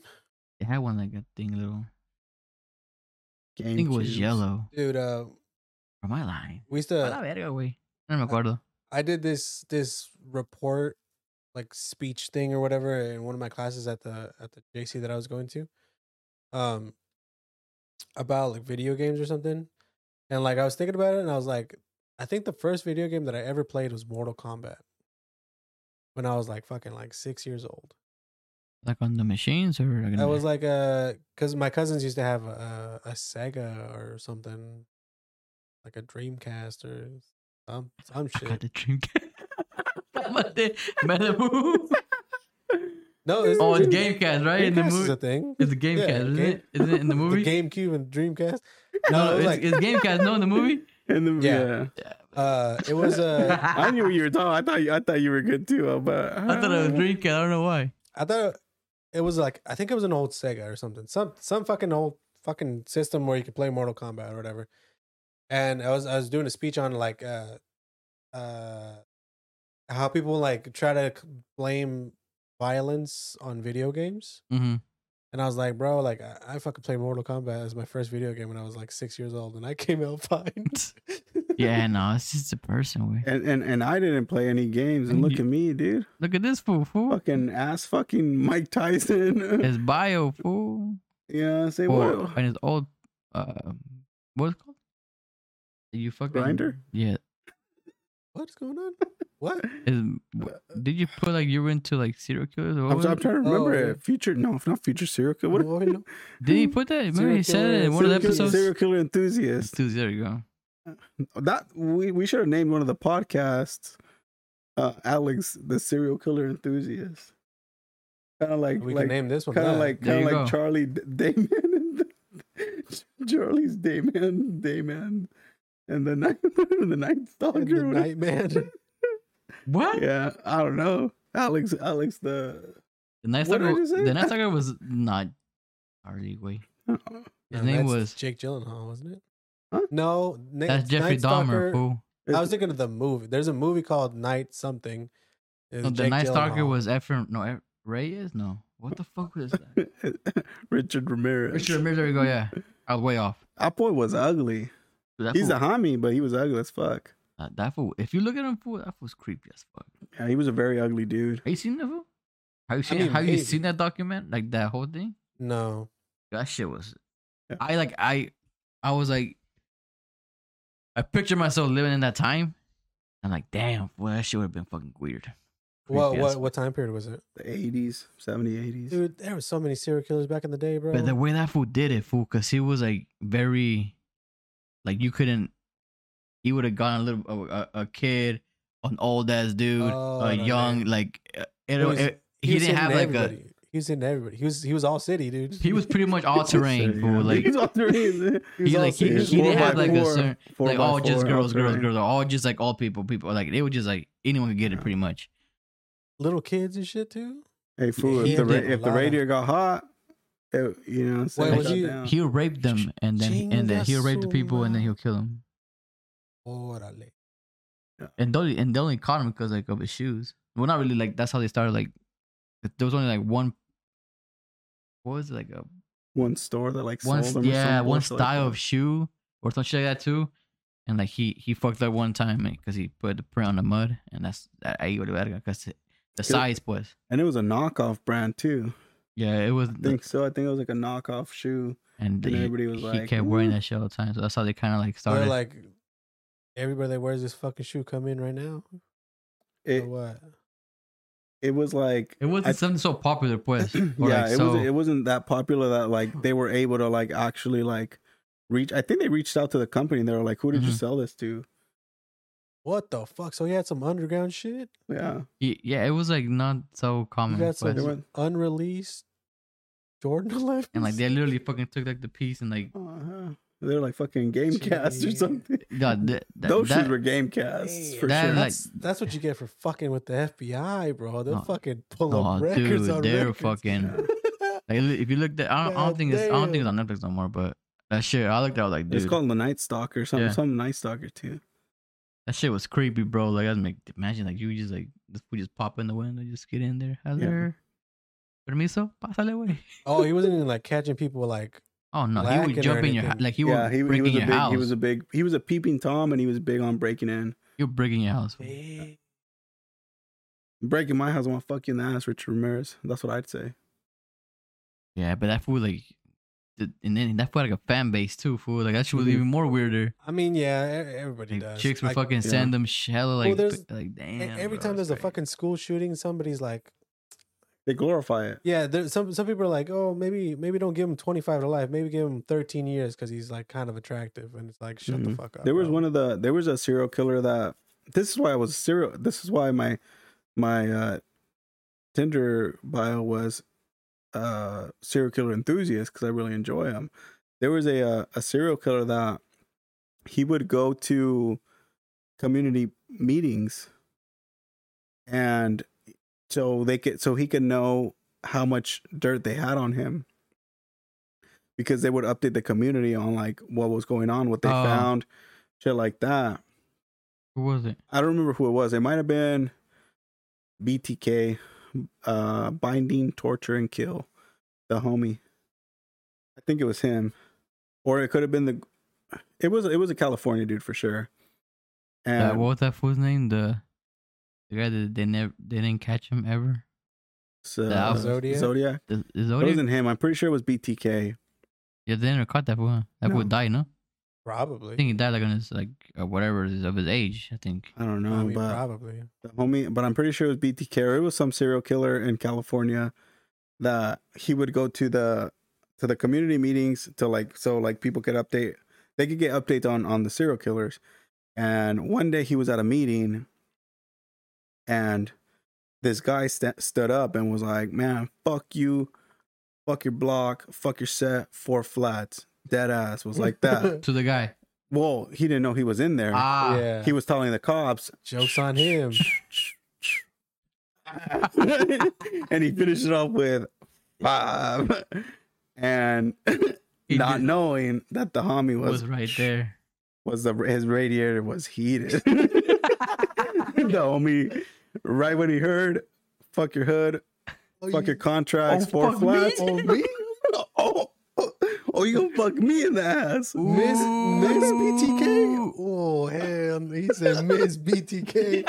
[SPEAKER 5] It had one like a thing little.
[SPEAKER 3] Game
[SPEAKER 5] I think it was yellow.
[SPEAKER 4] Dude, uh
[SPEAKER 5] Or am I lying?
[SPEAKER 4] we
[SPEAKER 3] Uh,
[SPEAKER 4] used
[SPEAKER 5] A la
[SPEAKER 4] to
[SPEAKER 5] verga, güey. No me acuerdo.
[SPEAKER 4] I did this this report like speech thing or whatever in one of my classes at the at the JC that I was going to. Um about like video games or something. And like I was thinking about it and I was like I think the first video game that I ever played was Mortal Kombat. When I was like fucking like 6 years old.
[SPEAKER 5] Like on the machines or like in
[SPEAKER 4] I
[SPEAKER 5] the-
[SPEAKER 4] was like, uh, because my cousins used to have a, a Sega or something, like a Dreamcast or some some
[SPEAKER 5] I
[SPEAKER 4] shit.
[SPEAKER 5] got the Dreamcast. Cálmate, Malibu.
[SPEAKER 4] No, it's,
[SPEAKER 5] Oh, it's Gamecast, right? In the
[SPEAKER 4] Dreamcast is
[SPEAKER 5] movie.
[SPEAKER 4] a thing.
[SPEAKER 5] It's the Gamecast,
[SPEAKER 4] Yeah,
[SPEAKER 5] isn't
[SPEAKER 4] Game-
[SPEAKER 5] it? Isn't it in the movie?
[SPEAKER 4] The GameCube and Dreamcast. No,
[SPEAKER 5] no,
[SPEAKER 4] it
[SPEAKER 5] it's,
[SPEAKER 4] was like,
[SPEAKER 5] it's Gamecast. No, in the movie.
[SPEAKER 3] And the
[SPEAKER 4] Yeah.
[SPEAKER 3] yeah.
[SPEAKER 4] uh, it was uh,
[SPEAKER 3] I knew what you were talking. I thought you, I thought you were good too, uh, but
[SPEAKER 5] I thought it was Dreamcast. I don't know why.
[SPEAKER 4] I thought it was like I think it was an old Sega or something. Some some fucking old fucking system where you could play Mortal Kombat or whatever. And I was I was doing a speech on like uh uh how people like try to c- blame violence on video games.
[SPEAKER 5] Mm-hmm.
[SPEAKER 4] And I was like, bro, like I, I fucking played Mortal Kombat as my first video game when I was like six years old, and I came out fine.
[SPEAKER 5] Yeah, no, it's just a person. Way.
[SPEAKER 3] And, and and I didn't play any games, and look at me, dude.
[SPEAKER 5] Look at this fool, fool.
[SPEAKER 3] Fucking ass, fucking Mike Tyson.
[SPEAKER 5] His bio, fool.
[SPEAKER 3] yeah, say
[SPEAKER 5] Or,
[SPEAKER 3] what?
[SPEAKER 5] and his old, uh, what's it called? You fucking
[SPEAKER 3] Grinder?
[SPEAKER 5] Yeah.
[SPEAKER 4] What's going on? What?
[SPEAKER 5] Is, w- did you put like you were into like serial killers? Or what
[SPEAKER 3] Uh, I'm,
[SPEAKER 5] was
[SPEAKER 3] I'm
[SPEAKER 5] it?
[SPEAKER 3] trying to
[SPEAKER 4] Oh,
[SPEAKER 3] remember
[SPEAKER 4] okay.
[SPEAKER 3] it. Future, no, not future serial killer. What?
[SPEAKER 4] No, no.
[SPEAKER 5] Did he put that? Remember he said it in one of the
[SPEAKER 3] serial killer-
[SPEAKER 5] episodes.
[SPEAKER 3] Serial killer enthusiast.
[SPEAKER 5] Dude, there you go.
[SPEAKER 3] That we, we should have named one of the podcasts, uh, Alex, the serial killer enthusiast. Kind of like
[SPEAKER 4] We
[SPEAKER 3] like
[SPEAKER 4] can name this one.
[SPEAKER 3] kind of
[SPEAKER 4] that.
[SPEAKER 3] like
[SPEAKER 5] There
[SPEAKER 3] kind
[SPEAKER 5] you
[SPEAKER 3] of
[SPEAKER 5] go.
[SPEAKER 3] like Charlie D- Dayman, and the- Charlie's Dayman, Dayman, and the night the night stalker.
[SPEAKER 4] And the
[SPEAKER 3] or whatever.
[SPEAKER 4] Nightman.
[SPEAKER 5] What?
[SPEAKER 3] Yeah, I don't know. Alex, Alex, the
[SPEAKER 5] The Night
[SPEAKER 3] What did
[SPEAKER 5] Stalker.
[SPEAKER 3] I just say?
[SPEAKER 5] The Night Stalker was not Harley. Wait, his
[SPEAKER 4] No,
[SPEAKER 5] name
[SPEAKER 4] that's
[SPEAKER 5] was
[SPEAKER 4] Jake Gyllenhaal, wasn't it?
[SPEAKER 3] Huh?
[SPEAKER 4] No, na-
[SPEAKER 5] that's
[SPEAKER 4] it's
[SPEAKER 5] Jeffrey
[SPEAKER 4] Night
[SPEAKER 5] Dahmer.
[SPEAKER 4] Stalker.
[SPEAKER 5] Fool.
[SPEAKER 4] I was thinking of the movie. There's a movie called Night Something. It's
[SPEAKER 5] No, Oh, the
[SPEAKER 4] Jake
[SPEAKER 5] Night Stalker
[SPEAKER 4] Gyllenhaal.
[SPEAKER 5] was Ephraim. No, Eph- Reyes. No, what the fuck was that?
[SPEAKER 3] Richard Ramirez.
[SPEAKER 5] Richard Ramirez. There we go. Yeah, I was way off.
[SPEAKER 3] That boy was ugly.
[SPEAKER 5] Dude, that
[SPEAKER 3] He's
[SPEAKER 5] fool,
[SPEAKER 3] a homie, but he was ugly as fuck.
[SPEAKER 5] uh, that fool. If you look at him, fool, that fool's creepy as fuck.
[SPEAKER 3] Yeah, he was a very ugly dude.
[SPEAKER 5] Have you seen that fool? Have you seen?
[SPEAKER 4] mean,
[SPEAKER 5] have you
[SPEAKER 4] maybe.
[SPEAKER 5] seen that document? Like that whole thing.
[SPEAKER 4] No,
[SPEAKER 5] That shit was.
[SPEAKER 3] Yeah.
[SPEAKER 5] I like I, I was like. I picture myself living in that time. I'm like, damn, well, that shit would have been fucking weird.
[SPEAKER 4] what
[SPEAKER 5] Creepy as
[SPEAKER 4] what what time period was it?
[SPEAKER 3] The eighties, 70s, eighties.
[SPEAKER 4] Dude, there were so many serial killers back in the day, bro.
[SPEAKER 5] But the way that fool did it, fool, because he was like very, like you couldn't. He would have gone a little a, a, a kid, an old ass dude,
[SPEAKER 4] Oh,
[SPEAKER 5] a
[SPEAKER 4] no,
[SPEAKER 5] young
[SPEAKER 4] man.
[SPEAKER 5] like uh, it,
[SPEAKER 4] It was-
[SPEAKER 5] it- he, didn't have like a
[SPEAKER 4] He was in everybody. He was he was all city, dude.
[SPEAKER 5] He was pretty much all terrain, fool. Like
[SPEAKER 3] He's all three.
[SPEAKER 5] he like he,
[SPEAKER 3] city.
[SPEAKER 5] he
[SPEAKER 3] Four
[SPEAKER 5] didn't
[SPEAKER 3] by
[SPEAKER 5] have like a
[SPEAKER 3] four,
[SPEAKER 5] certain
[SPEAKER 3] four
[SPEAKER 5] like
[SPEAKER 3] by
[SPEAKER 5] all just
[SPEAKER 3] four,
[SPEAKER 5] girls, girls,
[SPEAKER 3] okay.
[SPEAKER 5] girls, or all just like all people, people. Like they were just like anyone could get it pretty much.
[SPEAKER 4] little kids and shit too.
[SPEAKER 3] Hey, fool!
[SPEAKER 4] He
[SPEAKER 3] if the ra-
[SPEAKER 4] did a
[SPEAKER 3] if the
[SPEAKER 4] lot.
[SPEAKER 3] radio got hot, it, you know, what I'm saying?
[SPEAKER 5] Wait, was
[SPEAKER 3] Shut
[SPEAKER 4] you-
[SPEAKER 3] down.
[SPEAKER 5] He'll rape them and then and then he'll rape the people and then he'll kill them.
[SPEAKER 4] Orale.
[SPEAKER 5] And they only, and they only caught him because like of his shoes. Well, not really. Like that's how they started. Like there was only like one. What was it like a
[SPEAKER 3] one store that like
[SPEAKER 5] one?
[SPEAKER 3] sold them or
[SPEAKER 5] Yeah,
[SPEAKER 3] some
[SPEAKER 5] one
[SPEAKER 3] bullshit
[SPEAKER 5] style
[SPEAKER 3] like that.
[SPEAKER 5] of shoe or some shit like that too. And like he he fucked up one time because he put the print on the mud, and that's that ahí valió verga because the size pues.
[SPEAKER 3] and it was a knockoff brand too.
[SPEAKER 5] Yeah, it was.
[SPEAKER 3] I think so. I think it was like a knockoff shoe. and
[SPEAKER 5] and he,
[SPEAKER 3] everybody was
[SPEAKER 5] he
[SPEAKER 3] like,
[SPEAKER 5] kept wearing
[SPEAKER 3] "Ooh."
[SPEAKER 5] that shit all the time. So that's how they kind of like
[SPEAKER 4] Or
[SPEAKER 5] started.
[SPEAKER 4] like everybody that wears this fucking shoe come in right now.
[SPEAKER 3] It
[SPEAKER 5] Oh,
[SPEAKER 4] or what?
[SPEAKER 3] it was like
[SPEAKER 5] it wasn't
[SPEAKER 3] I-
[SPEAKER 5] something so popular pues. Or
[SPEAKER 3] yeah,
[SPEAKER 5] like,
[SPEAKER 3] it
[SPEAKER 5] so,
[SPEAKER 3] was it wasn't that popular that like they were able to like actually like reach. I think they reached out to the company. and They were like, "Who did you
[SPEAKER 5] Mhm.
[SPEAKER 3] sell this to?"
[SPEAKER 4] What the fuck? So he had some underground shit.
[SPEAKER 3] Yeah,
[SPEAKER 5] Y- yeah, it was like not so
[SPEAKER 4] He
[SPEAKER 5] common.
[SPEAKER 4] got
[SPEAKER 5] pues.
[SPEAKER 4] some
[SPEAKER 3] They were-
[SPEAKER 4] unreleased Jordan 11s.
[SPEAKER 5] and like they literally fucking took like the piece and like
[SPEAKER 3] uh-huh. they're like fucking GameCast or
[SPEAKER 4] Gee.
[SPEAKER 3] something.
[SPEAKER 5] the, the, the,
[SPEAKER 3] Those
[SPEAKER 5] that,
[SPEAKER 3] shoes were GameCast for
[SPEAKER 5] that,
[SPEAKER 3] sure.
[SPEAKER 5] like-
[SPEAKER 4] that's that's what you get for fucking with the FBI, bro. They'll
[SPEAKER 5] Oh.
[SPEAKER 4] fucking pull
[SPEAKER 5] Oh,
[SPEAKER 4] up records
[SPEAKER 5] dude,
[SPEAKER 4] on
[SPEAKER 5] they're
[SPEAKER 4] records.
[SPEAKER 5] fucking- like, li- if you look at I don't, I don't
[SPEAKER 4] God
[SPEAKER 5] think it's I don't think it's on
[SPEAKER 4] damn.
[SPEAKER 5] Netflix no more, but that shit I looked at I was like dude
[SPEAKER 3] it's called the Night Stalker. Some
[SPEAKER 5] Yeah.
[SPEAKER 3] some Night Stalker too.
[SPEAKER 5] that shit was creepy, bro. Like I was like imagine like you just like this fool just pop in the window, just get in there. Hello. Permiso, pásale, güey.
[SPEAKER 4] oh, he wasn't even like catching people like
[SPEAKER 5] Oh no, he
[SPEAKER 4] Lacking or
[SPEAKER 5] would jump in your house.
[SPEAKER 4] anything.
[SPEAKER 5] Like he
[SPEAKER 3] yeah,
[SPEAKER 5] would
[SPEAKER 3] he, he
[SPEAKER 5] break
[SPEAKER 3] was
[SPEAKER 5] in
[SPEAKER 3] a
[SPEAKER 5] your
[SPEAKER 3] big
[SPEAKER 5] house.
[SPEAKER 3] he was a big he was a peeping tom and he was big on breaking in.
[SPEAKER 5] You're breaking your house. fool.
[SPEAKER 4] "Hey,
[SPEAKER 3] Breaking my house, I want to fuck you in the ass, Richard Ramirez. That's what I'd say.
[SPEAKER 5] Yeah, but that fool like, th- and then that fool had, like a fan base too. Fool like that shit was
[SPEAKER 3] Mhm.
[SPEAKER 5] even more weirder.
[SPEAKER 4] I mean, yeah, e- everybody
[SPEAKER 5] Like,
[SPEAKER 4] does.
[SPEAKER 5] chicks would
[SPEAKER 4] Like,
[SPEAKER 5] fucking
[SPEAKER 3] Yeah.
[SPEAKER 5] send them sh- hella
[SPEAKER 4] Well,
[SPEAKER 5] like,
[SPEAKER 4] there's-
[SPEAKER 5] p- like
[SPEAKER 4] e-
[SPEAKER 5] damn.
[SPEAKER 4] every
[SPEAKER 5] bro,
[SPEAKER 4] time
[SPEAKER 5] it's
[SPEAKER 4] there's a
[SPEAKER 5] crazy.
[SPEAKER 4] fucking school shooting, somebody's like,
[SPEAKER 3] They glorify it.
[SPEAKER 4] yeah, there's some some people are like, oh, maybe maybe don't give him 25 to life, maybe give him 13 years because he's like kind of attractive, and it's like, shut
[SPEAKER 3] Mhm.
[SPEAKER 4] the fuck up.
[SPEAKER 3] There was
[SPEAKER 4] bro.
[SPEAKER 3] one of the there was a serial killer that this is why I was serial this is why my my uh Tinder bio was uh serial killer enthusiast cuz I really enjoy him. There was a uh, a serial killer that he would go to community meetings and so they could so he could know how much dirt they had on him because they would update the community on like what was going on what they
[SPEAKER 5] Oh.
[SPEAKER 3] found shit like that
[SPEAKER 5] Who was it?
[SPEAKER 3] i don't remember who it was it might have been btk uh binding torture and kill the homie i think it was him or it could have been the it was it was a california dude for sure
[SPEAKER 5] Uh,
[SPEAKER 3] and
[SPEAKER 5] what was that fool's name? The the guy that they never they didn't catch him ever.
[SPEAKER 3] it's, uh,
[SPEAKER 5] Al-
[SPEAKER 4] Zodiac?
[SPEAKER 3] zodiac
[SPEAKER 5] The, the
[SPEAKER 3] it
[SPEAKER 5] Zodiac.
[SPEAKER 3] wasn't him i'm pretty sure it was btk
[SPEAKER 5] yeah, they never caught that fool. huh? That
[SPEAKER 3] No.
[SPEAKER 5] fool died. No, I
[SPEAKER 4] probably.
[SPEAKER 5] think he died like on his like or whatever it is of his age. I think.
[SPEAKER 3] i don't
[SPEAKER 4] I
[SPEAKER 3] know
[SPEAKER 4] mean,
[SPEAKER 3] Um, but
[SPEAKER 4] probably.
[SPEAKER 3] the homie, but I'm pretty sure it was BTK or it was some serial killer in California that he would go to the to the community meetings to like so like people could update they could get updates on on the serial killers. And one day he was at a meeting and this guy st- stood up and was like, "Man, fuck you. Fuck your block, fuck your set, four flats." Dead ass was like that.
[SPEAKER 5] To the guy.
[SPEAKER 3] well, he didn't know he was in there.
[SPEAKER 5] Ah.
[SPEAKER 4] yeah,
[SPEAKER 3] He was telling the cops,
[SPEAKER 4] jokes on him.
[SPEAKER 3] and he finished it off with five, and
[SPEAKER 5] He
[SPEAKER 3] not
[SPEAKER 5] did-
[SPEAKER 3] knowing that the homie was
[SPEAKER 5] was right there.
[SPEAKER 3] was the his radiator was heated. the homie, right when he heard, fuck your hood, fuck your contracts,
[SPEAKER 5] Oh,
[SPEAKER 3] four
[SPEAKER 5] fuck me?
[SPEAKER 3] flats. Oh, me? oh, oh, oh, you gonna fuck me in the ass?
[SPEAKER 4] Miss Miss BTK.
[SPEAKER 5] Ooh.
[SPEAKER 4] Oh hell, he said Miss BTK.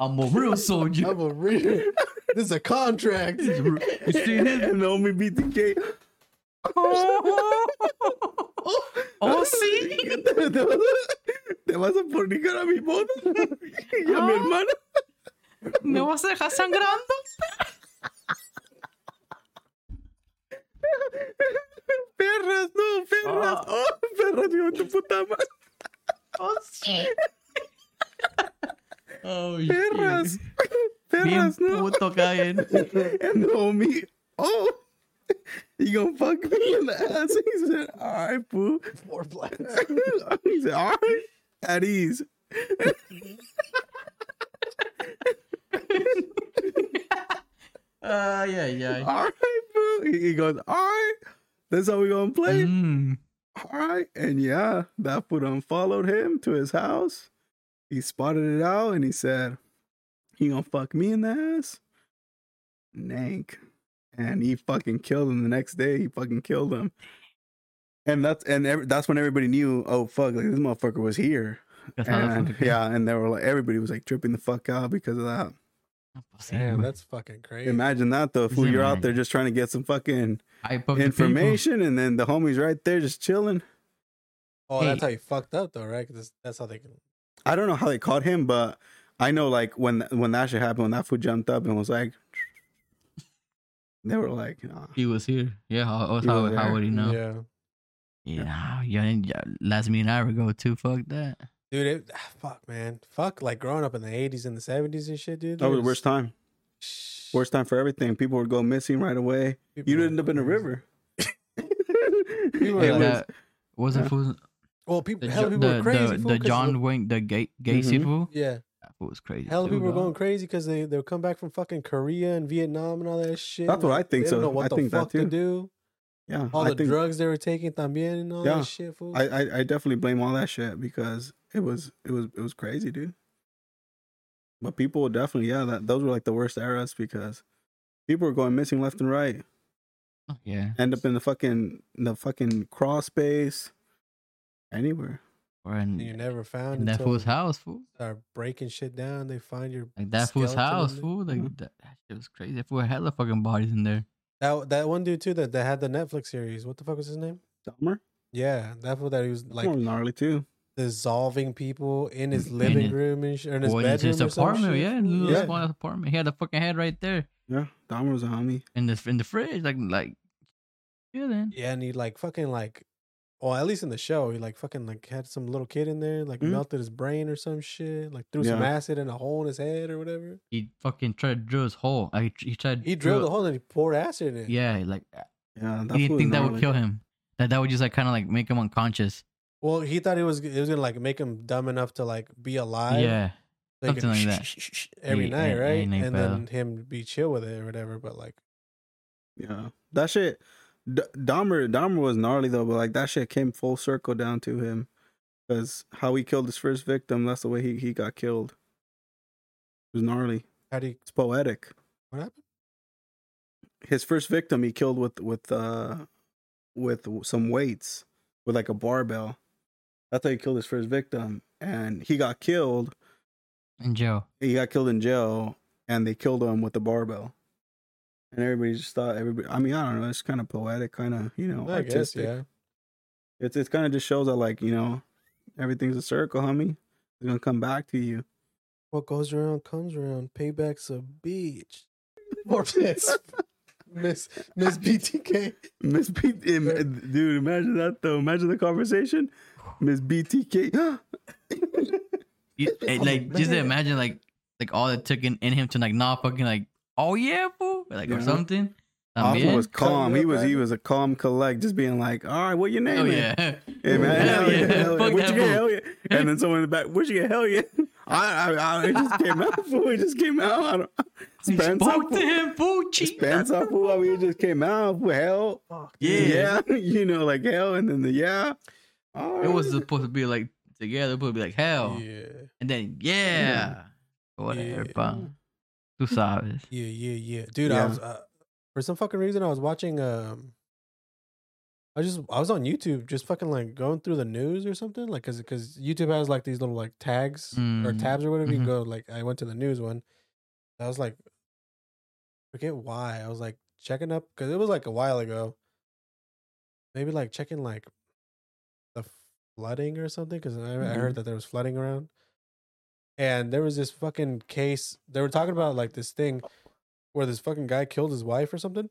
[SPEAKER 5] I'm a real soldier.
[SPEAKER 4] I'm a real. This is a contract.
[SPEAKER 5] you see him?
[SPEAKER 3] And the homie beat the gate.
[SPEAKER 5] Oh, sí.
[SPEAKER 3] Te- te vas a- Te vas a fornicar a mi boda y a mi
[SPEAKER 5] Ah.
[SPEAKER 3] hermana.
[SPEAKER 5] ¿Me vas a dejar tá sangrando?
[SPEAKER 3] Perras, no, perras.
[SPEAKER 5] Ah.
[SPEAKER 3] Oh, perras, digo, tu puta madre.
[SPEAKER 5] Oh, sí. Oh,
[SPEAKER 3] Perras.
[SPEAKER 5] shit. Bien
[SPEAKER 3] perras, ¿no?
[SPEAKER 5] puto eh. Kevin.
[SPEAKER 3] and the homie, oh, you gonna fuck me in the ass? He said, all right, boo.
[SPEAKER 4] Four black.
[SPEAKER 3] he said, all right, at ease.
[SPEAKER 5] Ah, yeah, yeah.
[SPEAKER 3] All right, boo. He he goes, all right, that's how we gonna play.
[SPEAKER 5] Mm.
[SPEAKER 3] All right, and yeah, that fool done followed him to his house. He spotted it out and he said, "He gonna fuck me in the ass, Nank." And he fucking killed him the next day. He fucking killed him, and that's and every, that's when everybody knew, oh fuck, like this motherfucker was here.
[SPEAKER 5] That's how that
[SPEAKER 3] And
[SPEAKER 5] fucking-
[SPEAKER 3] yeah, and they were like, everybody was like tripping the fuck out because of that.
[SPEAKER 5] Pues sí,
[SPEAKER 4] Damn,
[SPEAKER 5] man.
[SPEAKER 4] that's fucking crazy.
[SPEAKER 3] Imagine that though, fool. You're out there
[SPEAKER 5] Imagine.
[SPEAKER 3] just trying to get some fucking
[SPEAKER 5] I booked the people.
[SPEAKER 3] information, and then the homies right there just chilling.
[SPEAKER 4] oh, that's
[SPEAKER 5] Hey.
[SPEAKER 4] how you fucked up though, right? 'Cause that's- that's how they can.
[SPEAKER 3] I don't know how they caught him, but I know like when when that shit happened, when that fool jumped up and was like, they were like, nah.
[SPEAKER 5] He was here. Yeah, how, how,
[SPEAKER 3] He
[SPEAKER 5] how,
[SPEAKER 3] was there.
[SPEAKER 5] would he know?
[SPEAKER 4] Yeah.
[SPEAKER 5] Yeah, yeah, and, yeah, last me an hour ago too. Fuck that.
[SPEAKER 4] Dude, it, ah, fuck, man. Fuck, like growing up in the 80s and the 70s and shit, dude.
[SPEAKER 3] that was the
[SPEAKER 4] there's-
[SPEAKER 3] worst time. Worst time for everything. People would go missing right away.
[SPEAKER 4] people
[SPEAKER 3] You'd
[SPEAKER 4] were
[SPEAKER 3] end up in a
[SPEAKER 4] crazy.
[SPEAKER 3] river.
[SPEAKER 4] were
[SPEAKER 5] Hey,
[SPEAKER 4] like-
[SPEAKER 5] that wasn't
[SPEAKER 3] yeah.
[SPEAKER 5] fool-
[SPEAKER 4] Well, people,
[SPEAKER 5] the,
[SPEAKER 4] hell,
[SPEAKER 5] Jo-
[SPEAKER 4] people
[SPEAKER 5] the,
[SPEAKER 4] were crazy.
[SPEAKER 5] the,
[SPEAKER 4] fool,
[SPEAKER 5] the
[SPEAKER 4] 'cause
[SPEAKER 5] John Wayne the gay Gacy
[SPEAKER 3] Mhm.
[SPEAKER 5] fool.
[SPEAKER 4] Yeah.
[SPEAKER 5] That fool was crazy.
[SPEAKER 4] Hell,
[SPEAKER 5] too,
[SPEAKER 4] people were
[SPEAKER 5] dog.
[SPEAKER 4] going crazy because they they would come back from fucking Korea and Vietnam and all that shit.
[SPEAKER 3] That's what I think,
[SPEAKER 4] They
[SPEAKER 3] so
[SPEAKER 4] don't know what
[SPEAKER 3] I
[SPEAKER 4] the
[SPEAKER 3] think that
[SPEAKER 4] fuck to
[SPEAKER 3] too.
[SPEAKER 4] do.
[SPEAKER 3] Yeah,
[SPEAKER 4] All
[SPEAKER 3] I
[SPEAKER 4] the
[SPEAKER 3] think
[SPEAKER 4] drugs they were taking también and all
[SPEAKER 3] Yeah.
[SPEAKER 4] that shit. Fool.
[SPEAKER 3] I, I I definitely blame all that shit because it was it was it was crazy, dude. But people would definitely yeah, that those were like the worst eras because people were going missing left and right.
[SPEAKER 5] Oh, yeah,
[SPEAKER 3] end up in the fucking the fucking crawl space anywhere
[SPEAKER 5] or
[SPEAKER 4] And
[SPEAKER 5] in,
[SPEAKER 4] you
[SPEAKER 5] in
[SPEAKER 4] never found
[SPEAKER 5] that
[SPEAKER 4] until
[SPEAKER 5] fool's house, fool.
[SPEAKER 4] they start breaking shit down. They find your
[SPEAKER 5] Like that fool's
[SPEAKER 4] skeleton
[SPEAKER 5] house,
[SPEAKER 4] in Mm-hmm. there.
[SPEAKER 5] fool. Like
[SPEAKER 3] Mhm.
[SPEAKER 5] that, that shit was crazy. That fool had hella fucking bodies in there.
[SPEAKER 4] that that one dude too that, that had the Netflix series. What the fuck was his name?
[SPEAKER 3] Dahmer
[SPEAKER 4] Yeah, that fool that he was
[SPEAKER 3] like
[SPEAKER 4] like
[SPEAKER 3] gnarly too
[SPEAKER 4] dissolving people in
[SPEAKER 5] Mm,
[SPEAKER 4] his
[SPEAKER 5] in
[SPEAKER 4] living
[SPEAKER 5] his-
[SPEAKER 4] room and sh- or in his
[SPEAKER 5] Or in
[SPEAKER 4] bedroom.
[SPEAKER 5] his
[SPEAKER 4] or some
[SPEAKER 5] apartment,
[SPEAKER 4] shit,
[SPEAKER 5] yeah,
[SPEAKER 4] fool.
[SPEAKER 5] in his
[SPEAKER 4] yeah.
[SPEAKER 5] little small apartment. He had a fucking head right there
[SPEAKER 3] yeah Dahmer was a homie
[SPEAKER 5] in the in the fridge, like like chilling.
[SPEAKER 4] Yeah, and he like fucking like, well, at least in the show, he like fucking like had some little kid in there, like
[SPEAKER 3] Mhm.
[SPEAKER 4] melted his brain or some shit, like threw some
[SPEAKER 3] Yeah.
[SPEAKER 4] acid in a hole in his head or whatever.
[SPEAKER 5] He fucking tried to drill his hole. Like he tried. to
[SPEAKER 4] He drilled
[SPEAKER 5] drill-
[SPEAKER 4] a hole and he poured acid in it.
[SPEAKER 5] Yeah, like
[SPEAKER 3] yeah
[SPEAKER 5] he didn't
[SPEAKER 3] fool
[SPEAKER 5] think that would
[SPEAKER 3] gnarly.
[SPEAKER 5] kill him. That that would just like kind of like make him unconscious.
[SPEAKER 4] Well, he thought it was it was gonna like make him dumb enough to like be alive.
[SPEAKER 5] yeah,
[SPEAKER 4] so he could
[SPEAKER 5] something like that.
[SPEAKER 4] every
[SPEAKER 5] Yeah, uh,
[SPEAKER 4] night,
[SPEAKER 5] and-
[SPEAKER 4] right?
[SPEAKER 5] and
[SPEAKER 4] And,
[SPEAKER 5] they
[SPEAKER 4] then him be chill with it or whatever. But like,
[SPEAKER 3] yeah that shit D- Dahmer Dahmer was gnarly though but like that shit came full circle down to him because how he killed his first victim that's the way he, he got killed it was gnarly
[SPEAKER 4] how do you?
[SPEAKER 3] it's poetic
[SPEAKER 4] What happened?
[SPEAKER 3] his first victim he killed with with uh with some weights with like a barbell that's how he killed his first victim and he got killed
[SPEAKER 5] And Joe,
[SPEAKER 3] he got killed in jail and they killed him with the barbell and everybody just thought everybody i mean i don't know it's kind of poetic kind of you know
[SPEAKER 4] I guess
[SPEAKER 3] artistic
[SPEAKER 4] yeah.
[SPEAKER 3] it's it's kind of just shows that like you know everything's a circle homie it's gonna come back to you
[SPEAKER 4] What goes around comes around. Payback's a bitch. Or Miss Miss Miss BTK.
[SPEAKER 3] Miss B, im- dude, imagine that though. Imagine the conversation. Miss BTK,
[SPEAKER 5] You- eh, like just
[SPEAKER 4] man.
[SPEAKER 5] imagine like like all that took in, in him to like not fucking like oh yeah fool like or
[SPEAKER 3] Yeah.
[SPEAKER 5] something. Um,
[SPEAKER 3] Alpha
[SPEAKER 5] yeah.
[SPEAKER 3] was calm. He
[SPEAKER 4] Coming up
[SPEAKER 3] was
[SPEAKER 4] at
[SPEAKER 3] he
[SPEAKER 4] it.
[SPEAKER 3] was a calm collect, just being like, "All right, what your name?"
[SPEAKER 5] Oh
[SPEAKER 3] is?"
[SPEAKER 5] yeah.
[SPEAKER 3] Hey, man,
[SPEAKER 5] Hell
[SPEAKER 3] hell yeah,
[SPEAKER 5] yeah.
[SPEAKER 3] hell yeah.
[SPEAKER 5] Fuck
[SPEAKER 3] What
[SPEAKER 5] that
[SPEAKER 3] you get?
[SPEAKER 5] fool.
[SPEAKER 3] Hell yeah. And then someone in the back, "What you get? Hell yeah!" I, I, I it just came out. Fool, it just came out. I don't.
[SPEAKER 5] He
[SPEAKER 3] Spence
[SPEAKER 5] spoke
[SPEAKER 3] up,
[SPEAKER 5] to him fool. cheat.
[SPEAKER 3] Spence up. Fool, I mean, it just came out. Fool, hell,
[SPEAKER 4] Fuck.
[SPEAKER 5] Yeah.
[SPEAKER 3] yeah, you know, like hell, and then the yeah. All
[SPEAKER 5] It was
[SPEAKER 3] right.
[SPEAKER 5] supposed to be like together, but it'd be like hell,
[SPEAKER 4] Yeah.
[SPEAKER 5] and then yeah, whatever.
[SPEAKER 4] Yeah.
[SPEAKER 5] pa. Tú sabes.
[SPEAKER 4] Yeah, yeah, yeah, dude. I
[SPEAKER 3] Yeah.
[SPEAKER 4] was uh, for some fucking reason I was watching. Um, I just I was on YouTube, just fucking like going through the news or something, like because because YouTube has like these little like tags or
[SPEAKER 5] Mm,
[SPEAKER 4] tabs or whatever. You
[SPEAKER 5] mhm.
[SPEAKER 4] go like I went to the news one. I was like, forget why I was like checking up because it was like a while ago. Maybe like checking like the flooding or something because I, I heard that there was flooding around and there was this fucking case. They were talking about like this thing where this fucking guy killed his wife or something,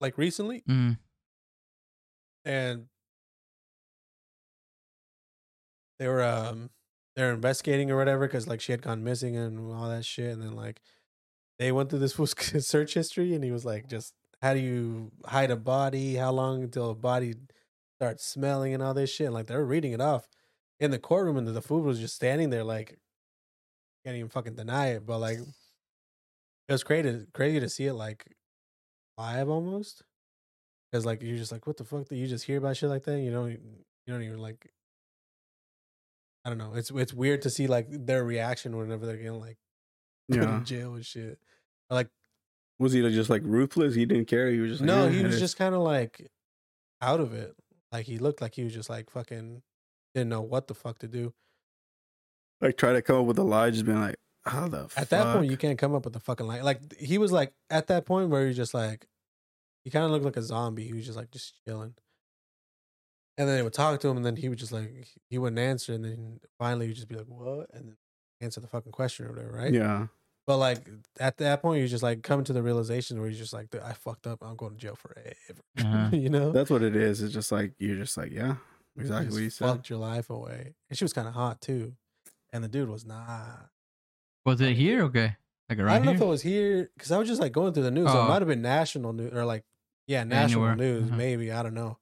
[SPEAKER 4] like recently,
[SPEAKER 5] Mm.
[SPEAKER 4] and they were um they're investigating or whatever because like she had gone missing and all that shit and then like they went through this fool's search history and he was like just how do you hide a body how long until a body starts smelling and all this shit and, like they were reading it off in the courtroom and the food was just standing there like can't even fucking deny it but like it was crazy crazy to see it like live almost because like you're just like what the fuck do you just hear about shit like that and you don't e, you don't even like I don't know. It's it's weird to see like their reaction whenever they're getting like put
[SPEAKER 3] Yeah.
[SPEAKER 4] in jail and shit. Or, Like
[SPEAKER 3] Was he just like ruthless? He didn't care. He was just like,
[SPEAKER 4] no,
[SPEAKER 3] "Yeah,
[SPEAKER 4] he
[SPEAKER 3] it
[SPEAKER 4] was
[SPEAKER 3] is."
[SPEAKER 4] just kind of like out of it. Like he looked like he was just like fucking didn't know what the fuck to do.
[SPEAKER 3] like try to come up with a lie, just being like, how the fuck?
[SPEAKER 4] At that point, you can't come up with a fucking line. Like he was like at that point where you're just like, he kind of looked like a zombie. He was just like just chilling. And then they would talk to him, and then he would just like he wouldn't answer, and then finally he'd just be like, "What?" and then answer the fucking question or whatever, right?
[SPEAKER 3] yeah,
[SPEAKER 4] But like at that point, you just like come to the realization where you're just like, "Dude, I fucked up. I'm going to jail forever.
[SPEAKER 5] Uh-huh.
[SPEAKER 4] you know,
[SPEAKER 3] that's what it is. It's just like you're just like, yeah,
[SPEAKER 4] You
[SPEAKER 3] exactly
[SPEAKER 4] just
[SPEAKER 3] what you said.
[SPEAKER 4] Fucked your life away. And she was kind of hot too, and the dude was not.
[SPEAKER 5] Was it here? Okay, like
[SPEAKER 4] I don't
[SPEAKER 5] around
[SPEAKER 4] know if it
[SPEAKER 5] here.
[SPEAKER 4] was here because I was just like going through the news. So it
[SPEAKER 5] Oh.
[SPEAKER 4] might have been national news or like yeah, national
[SPEAKER 5] Anywhere.
[SPEAKER 4] news
[SPEAKER 5] Uh-huh.
[SPEAKER 4] maybe. I don't know.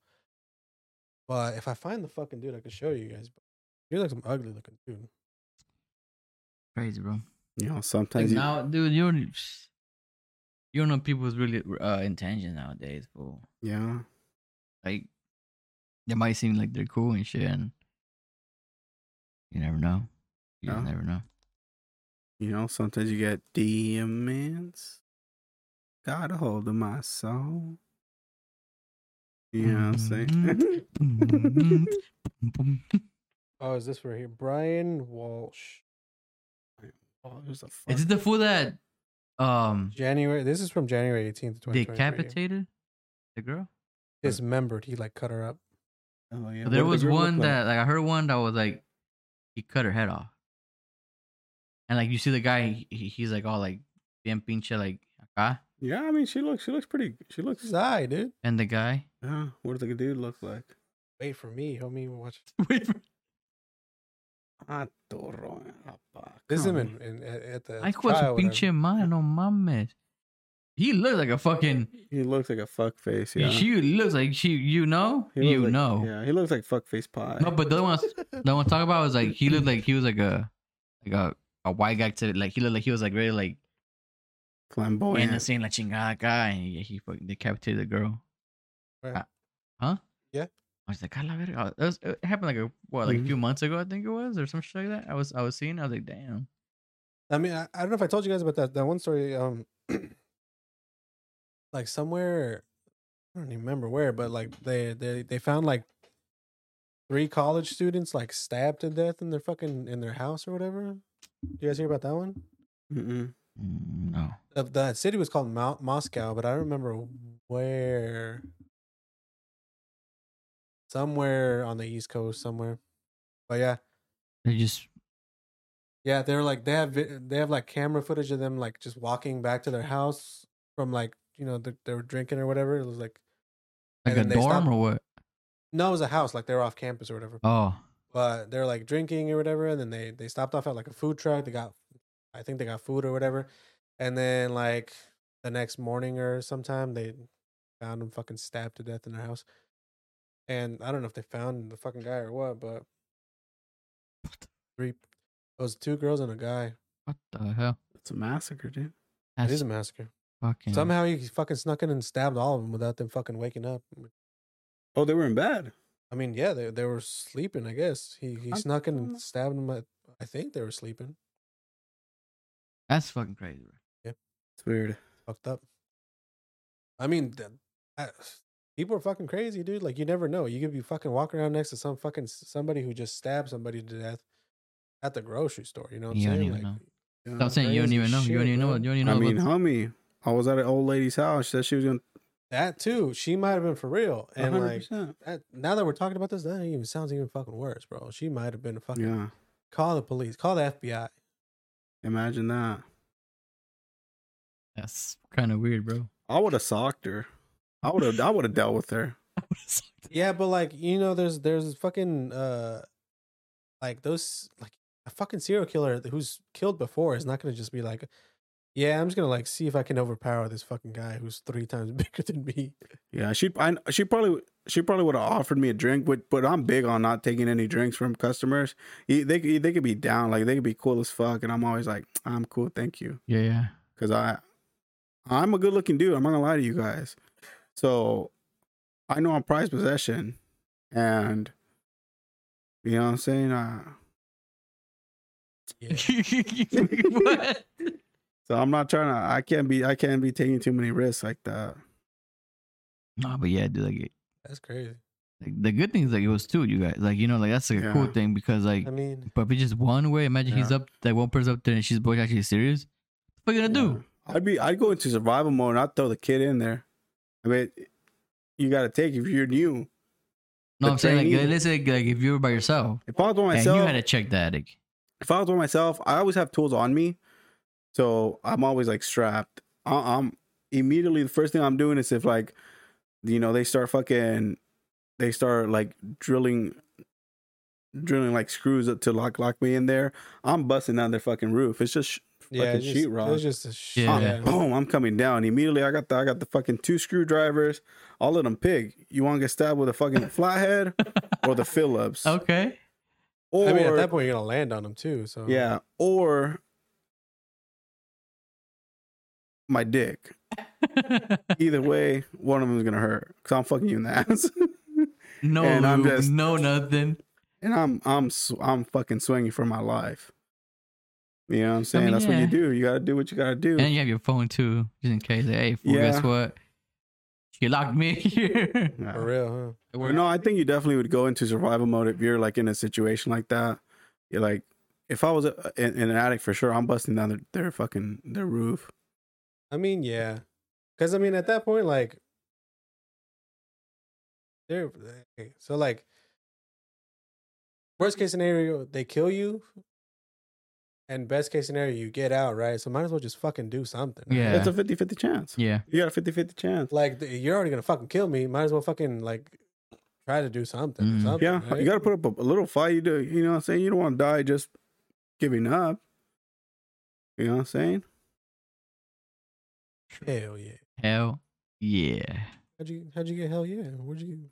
[SPEAKER 4] But if I find the fucking dude, I could show you guys. But you're like some ugly looking dude.
[SPEAKER 5] Crazy, bro.
[SPEAKER 3] You know,
[SPEAKER 5] Like
[SPEAKER 3] sometimes you,
[SPEAKER 5] now, dude, you don't, you don't know people's really uh, intentions nowadays, bro.
[SPEAKER 3] yeah,
[SPEAKER 5] Like, they might seem like they're cool and shit, and you never know. You just
[SPEAKER 3] Yeah.
[SPEAKER 5] never know.
[SPEAKER 3] you know, sometimes you get demons. Got a hold of my soul. You know what I'm saying? Mm-hmm.
[SPEAKER 5] Mhm.
[SPEAKER 4] Oh, is this right here? Brian Walsh.
[SPEAKER 3] oh, there's a fuck.
[SPEAKER 5] Is it the fool that um
[SPEAKER 4] January. This is from January 18th, 2023.
[SPEAKER 5] decapitated the girl?
[SPEAKER 4] Dismembered. He like cut her up.
[SPEAKER 3] oh, yeah.
[SPEAKER 5] there
[SPEAKER 3] What did
[SPEAKER 5] was
[SPEAKER 3] the girl look
[SPEAKER 5] one
[SPEAKER 3] like?
[SPEAKER 5] that like I heard one that was like he cut her head off, and like you see the guy, he, he's like all like bien pinche like acá,
[SPEAKER 3] Yeah, I mean, she looks, she looks pretty. She looks.
[SPEAKER 4] This eye, dude.
[SPEAKER 5] and the guy.
[SPEAKER 3] Yeah, what does the dude look like?
[SPEAKER 4] Wait for me, homie. Watch.
[SPEAKER 5] Wait, for-
[SPEAKER 3] Ah, toro, ah, fuck.
[SPEAKER 4] This is
[SPEAKER 3] Come
[SPEAKER 4] him
[SPEAKER 3] on.
[SPEAKER 4] in, in, at at the.
[SPEAKER 5] Ay, hijo de
[SPEAKER 4] trial,
[SPEAKER 5] su
[SPEAKER 4] whatever.
[SPEAKER 5] pinche madre, no mames. He looks like a fucking.
[SPEAKER 3] He looks like a fuck face. Yeah.
[SPEAKER 5] She looks like she. You know.
[SPEAKER 3] He looks
[SPEAKER 5] you
[SPEAKER 3] like-
[SPEAKER 5] know.
[SPEAKER 3] Yeah, he looks like fuckface pie.
[SPEAKER 5] No, but the other one, I- the one I talk about was like he looked like he was like a like a, a white guy to like he looked like he was like really like
[SPEAKER 4] Oh,
[SPEAKER 3] flamboyant.
[SPEAKER 5] in the scene like chingada guy and he, he fucking decapitated the girl.
[SPEAKER 4] Right.
[SPEAKER 5] Uh, huh?
[SPEAKER 4] Yeah. Mm-hmm.
[SPEAKER 5] I was like, "A la verga." Oh, that was- it happened like a what, like a few months ago, I think it was, or some shit like that. I was I was seeing, I was like, damn.
[SPEAKER 4] I mean, I, I don't know if I told you guys about that that one story. Um, like somewhere, I don't remember where, but like they they they found like three college students like stabbed to death in their fucking in their house or whatever. Do you guys hear about that one?
[SPEAKER 3] Mm-mm.
[SPEAKER 5] Mm, No.
[SPEAKER 4] the, the city was called Mount Moscow, but I don't remember where. Somewhere on the East Coast, somewhere. But yeah,
[SPEAKER 5] They just
[SPEAKER 4] yeah, they're like they have vi- they have like camera footage of them like just walking back to their house from like you know they, they were drinking or whatever. It was like And
[SPEAKER 5] like
[SPEAKER 4] then
[SPEAKER 5] a
[SPEAKER 4] they
[SPEAKER 5] dorm
[SPEAKER 4] stopped-
[SPEAKER 5] or what?
[SPEAKER 4] no, it was a house like they were off campus or whatever.
[SPEAKER 5] Oh.
[SPEAKER 4] but they're like drinking or whatever and then they they stopped off at like a food truck they got i think they got food or whatever and then like the next morning or sometime they found him fucking stabbed to death in their house and i don't know if they found the fucking guy or what but three it was two girls and a guy
[SPEAKER 5] What the hell?
[SPEAKER 3] It's a massacre, dude.
[SPEAKER 5] That's
[SPEAKER 4] it is a massacre
[SPEAKER 5] fucking
[SPEAKER 4] somehow he fucking snuck in and stabbed all of them without them fucking waking up
[SPEAKER 3] Oh, they were in bed.
[SPEAKER 4] i mean yeah they, they were sleeping i guess he he
[SPEAKER 3] I'm-
[SPEAKER 4] snuck in and stabbed them at, i think they were sleeping
[SPEAKER 5] That's fucking crazy, bro.
[SPEAKER 3] It's weird.
[SPEAKER 4] fucked up. I mean, th- I, people are fucking crazy, dude. Like you never know. You could be fucking walking around next to some fucking s- somebody who just stabbed somebody to death at the grocery store. You know what I'm
[SPEAKER 5] You don't
[SPEAKER 4] saying?
[SPEAKER 5] even
[SPEAKER 4] Like,
[SPEAKER 5] know.
[SPEAKER 3] Yeah.
[SPEAKER 5] I'm saying you don't
[SPEAKER 4] Mm, crazy
[SPEAKER 5] even know. you don't
[SPEAKER 4] shit,
[SPEAKER 5] even know.
[SPEAKER 4] bro.
[SPEAKER 5] You don't even know.
[SPEAKER 3] I mean,
[SPEAKER 5] about-
[SPEAKER 3] homie, I was at an old lady's house. She said she was going
[SPEAKER 4] That too. She might have been for real.
[SPEAKER 3] to.
[SPEAKER 4] And like that, now that we're talking about this, that even sounds even fucking worse, bro. She might have been a fucking
[SPEAKER 3] yeah,
[SPEAKER 4] call the police, call the FBI.
[SPEAKER 3] imagine that.
[SPEAKER 5] that's kind of weird, bro.
[SPEAKER 3] I would have socked her. I would have. I would have dealt with her.
[SPEAKER 4] Yeah, but like you know, there's there's fucking uh, like those like a fucking serial killer who's killed before is not gonna just be like, yeah, I'm just gonna like see if I can overpower this fucking guy who's three times bigger than me.
[SPEAKER 3] Yeah, she I, she probably she probably would have offered me a drink, but but I'm big on not taking any drinks from customers. E- They could- they could be down, like they could be cool as fuck, and I'm always like, I'm cool, thank you,
[SPEAKER 5] Yeah, yeah.
[SPEAKER 3] because I I'm a good looking dude. I'm not gonna lie to you guys, so I know I'm prized possession, and you know what I'm saying. Uh,
[SPEAKER 4] Yeah.
[SPEAKER 5] What?
[SPEAKER 3] so I'm not trying to. I can't be. I can't be taking too many risks like that.
[SPEAKER 5] No, but yeah, dude, like, it-
[SPEAKER 4] That's crazy.
[SPEAKER 5] like the good thing is like it was two, you guys. Like, you know, like that's like a cool
[SPEAKER 3] Yeah.
[SPEAKER 5] thing because like
[SPEAKER 4] I mean,
[SPEAKER 5] but if it's just one way, imagine he's
[SPEAKER 3] Yeah.
[SPEAKER 5] up that one person up there and she's boy actually serious. What you gonna do?
[SPEAKER 3] I'd be I'd go into survival mode and I'd throw the kid in there. I mean you gotta take if you're new.
[SPEAKER 5] No,
[SPEAKER 3] The
[SPEAKER 5] I'm saying like
[SPEAKER 3] trainee-
[SPEAKER 5] let's say like if you were by yourself
[SPEAKER 3] If I was by
[SPEAKER 5] and you
[SPEAKER 3] myself
[SPEAKER 5] had to check the attic.
[SPEAKER 3] if I was by myself, I always have tools on me. So I'm always like strapped. I, I'm immediately the first thing I'm doing is if like you know, they start fucking they start like drilling drilling like screws up to lock lock me in there. I'm busting down their fucking roof. It's just
[SPEAKER 4] yeah,
[SPEAKER 3] Fucking
[SPEAKER 4] it's just, it
[SPEAKER 3] sheetrock.
[SPEAKER 4] was just a sh-
[SPEAKER 5] Yeah.
[SPEAKER 3] I'm- boom, I'm coming down immediately. I got the I got the fucking two screwdrivers. I'll let them pick. You want to get stabbed with a fucking flathead or the Phillips?
[SPEAKER 5] Okay.
[SPEAKER 3] Or
[SPEAKER 4] I mean, at that point, you're gonna land on him too. So
[SPEAKER 5] Uh-huh.
[SPEAKER 3] yeah, or my dick. Either way, one of them is gonna hurt because I'm fucking you in the ass,
[SPEAKER 5] no,
[SPEAKER 3] And I'm
[SPEAKER 5] lube,
[SPEAKER 3] just-
[SPEAKER 5] no nothing.
[SPEAKER 3] and I'm I'm sw- I'm fucking swinging for my life. You know what I'm saying?
[SPEAKER 5] mean,
[SPEAKER 3] That's what
[SPEAKER 5] yeah.
[SPEAKER 3] you do. You gotta do what you gotta do.
[SPEAKER 5] And you have your phone too, just in case. Like, hey, fool,
[SPEAKER 3] Yeah.
[SPEAKER 5] guess what? You locked me here.
[SPEAKER 3] Yeah.
[SPEAKER 4] for real,
[SPEAKER 5] It
[SPEAKER 3] Well,
[SPEAKER 5] worked.
[SPEAKER 3] No, I think you definitely would go into survival mode if you're like in a situation like that. You're like, if I was uh, in, in an attic for sure, I'm busting down their, their fucking their roof.
[SPEAKER 4] huh? I mean, yeah, because I mean, at that point, like, they're eh, okay, so like, worst case scenario, they kill you, and best case scenario, you get out, right? So might as well just fucking do something. right?
[SPEAKER 5] Yeah.
[SPEAKER 3] It's a 50 50 chance.
[SPEAKER 5] Yeah.
[SPEAKER 3] You got a 50 50 chance.
[SPEAKER 4] like th- you're already gonna fucking kill me. Might as well fucking like try to do something.
[SPEAKER 5] Mm.
[SPEAKER 4] Or something
[SPEAKER 3] Yeah,
[SPEAKER 4] right?
[SPEAKER 3] you got to put up a, a little fight. You do, you know what I'm saying? You don't want to die just giving up. You know what I'm saying?
[SPEAKER 4] hell yeah.
[SPEAKER 5] Hell yeah.
[SPEAKER 4] How'd you how'd you get hell yeah? Where'd you?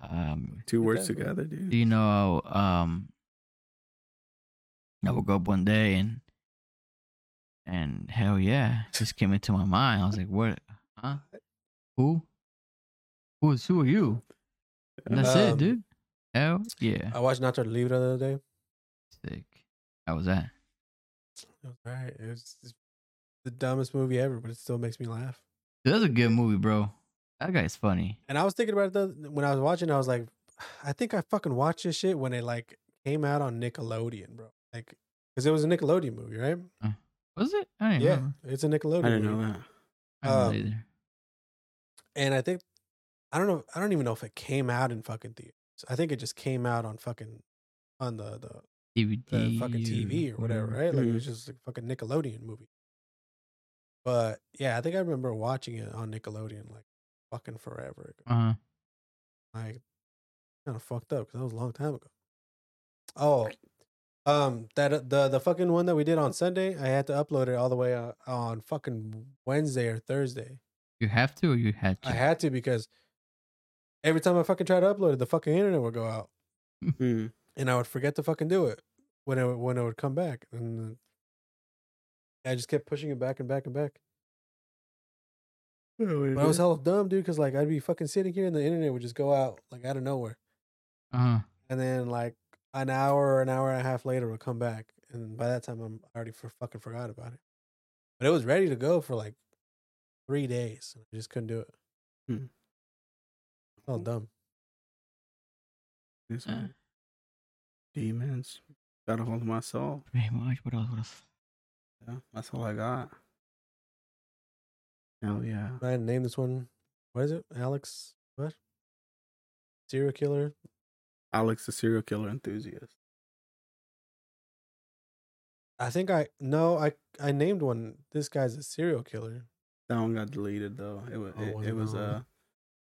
[SPEAKER 5] Um,
[SPEAKER 3] Two words
[SPEAKER 4] Exactly.
[SPEAKER 3] together, dude.
[SPEAKER 5] do you know, um, I woke up one day and, and hell yeah, just came into my mind. I was like, what? Huh? Who? Who is, who are you? And that's it,
[SPEAKER 4] Um,
[SPEAKER 5] dude. Hell yeah.
[SPEAKER 4] I watched Nacho Libre the other day.
[SPEAKER 5] Sick. How was that?
[SPEAKER 4] It was alright. It was it's the dumbest movie ever, but it still makes me laugh.
[SPEAKER 5] Dude, that's a good movie, bro. That guy's funny.
[SPEAKER 4] And I was thinking about it the, when I was watching. I was like, I think I fucking watched this shit when it like came out on Nickelodeon, bro. Like, because it was a Nickelodeon movie, right?
[SPEAKER 5] Was it? I didn't
[SPEAKER 4] Yeah,
[SPEAKER 5] remember.
[SPEAKER 4] it's a Nickelodeon.
[SPEAKER 3] Mm-hmm. I didn't
[SPEAKER 4] movie.
[SPEAKER 3] know that.
[SPEAKER 5] I don't know
[SPEAKER 4] Um,
[SPEAKER 5] either.
[SPEAKER 4] and I think I don't know. I don't even know if it came out in fucking theaters. I think it just came out on fucking on the the,
[SPEAKER 5] DVD.
[SPEAKER 4] the fucking TV or whatever,
[SPEAKER 3] Mm-hmm.
[SPEAKER 4] right? Like it was just a fucking Nickelodeon movie. But yeah, I think I remember watching it on Nickelodeon like fucking forever ago.
[SPEAKER 5] Uh-huh.
[SPEAKER 4] Like kind of fucked up because that was a long time ago. Oh, um, that the the fucking one that we did on Sunday, I had to upload it all the way uh, on fucking Wednesday or Thursday.
[SPEAKER 5] You have to or you had to?
[SPEAKER 4] I had to because every time I fucking try to upload it, the fucking internet would go out,
[SPEAKER 3] Mm.
[SPEAKER 4] and I would forget to fucking do it when it would- when it would come back, and I just kept pushing it back and back and back. But I
[SPEAKER 3] Mm-hmm.
[SPEAKER 4] was hella dumb, dude, because like I'd be fucking sitting here, and the internet would just go out like out of nowhere,
[SPEAKER 5] uh-huh.
[SPEAKER 4] and then like an hour or an hour and a half later would come back, and by that time I'm I already for fucking forgot about it. But it was ready to go for like three days, and I just couldn't do it.
[SPEAKER 3] Hmm.
[SPEAKER 4] All dumb.
[SPEAKER 3] This
[SPEAKER 5] Uh.
[SPEAKER 3] one. Demons. Got a hold of my soul.
[SPEAKER 5] Pretty much. What else? What else?
[SPEAKER 3] Yeah, that's all I got. Hell yeah.
[SPEAKER 4] Ryan, name this one. What is it? Alex? What? Serial killer?
[SPEAKER 3] Alex the serial killer enthusiast.
[SPEAKER 4] I think I no. I I named one. This guy's a serial killer.
[SPEAKER 3] That one got deleted though. It was
[SPEAKER 4] Oh,
[SPEAKER 3] it,
[SPEAKER 4] was
[SPEAKER 3] it
[SPEAKER 4] it
[SPEAKER 3] was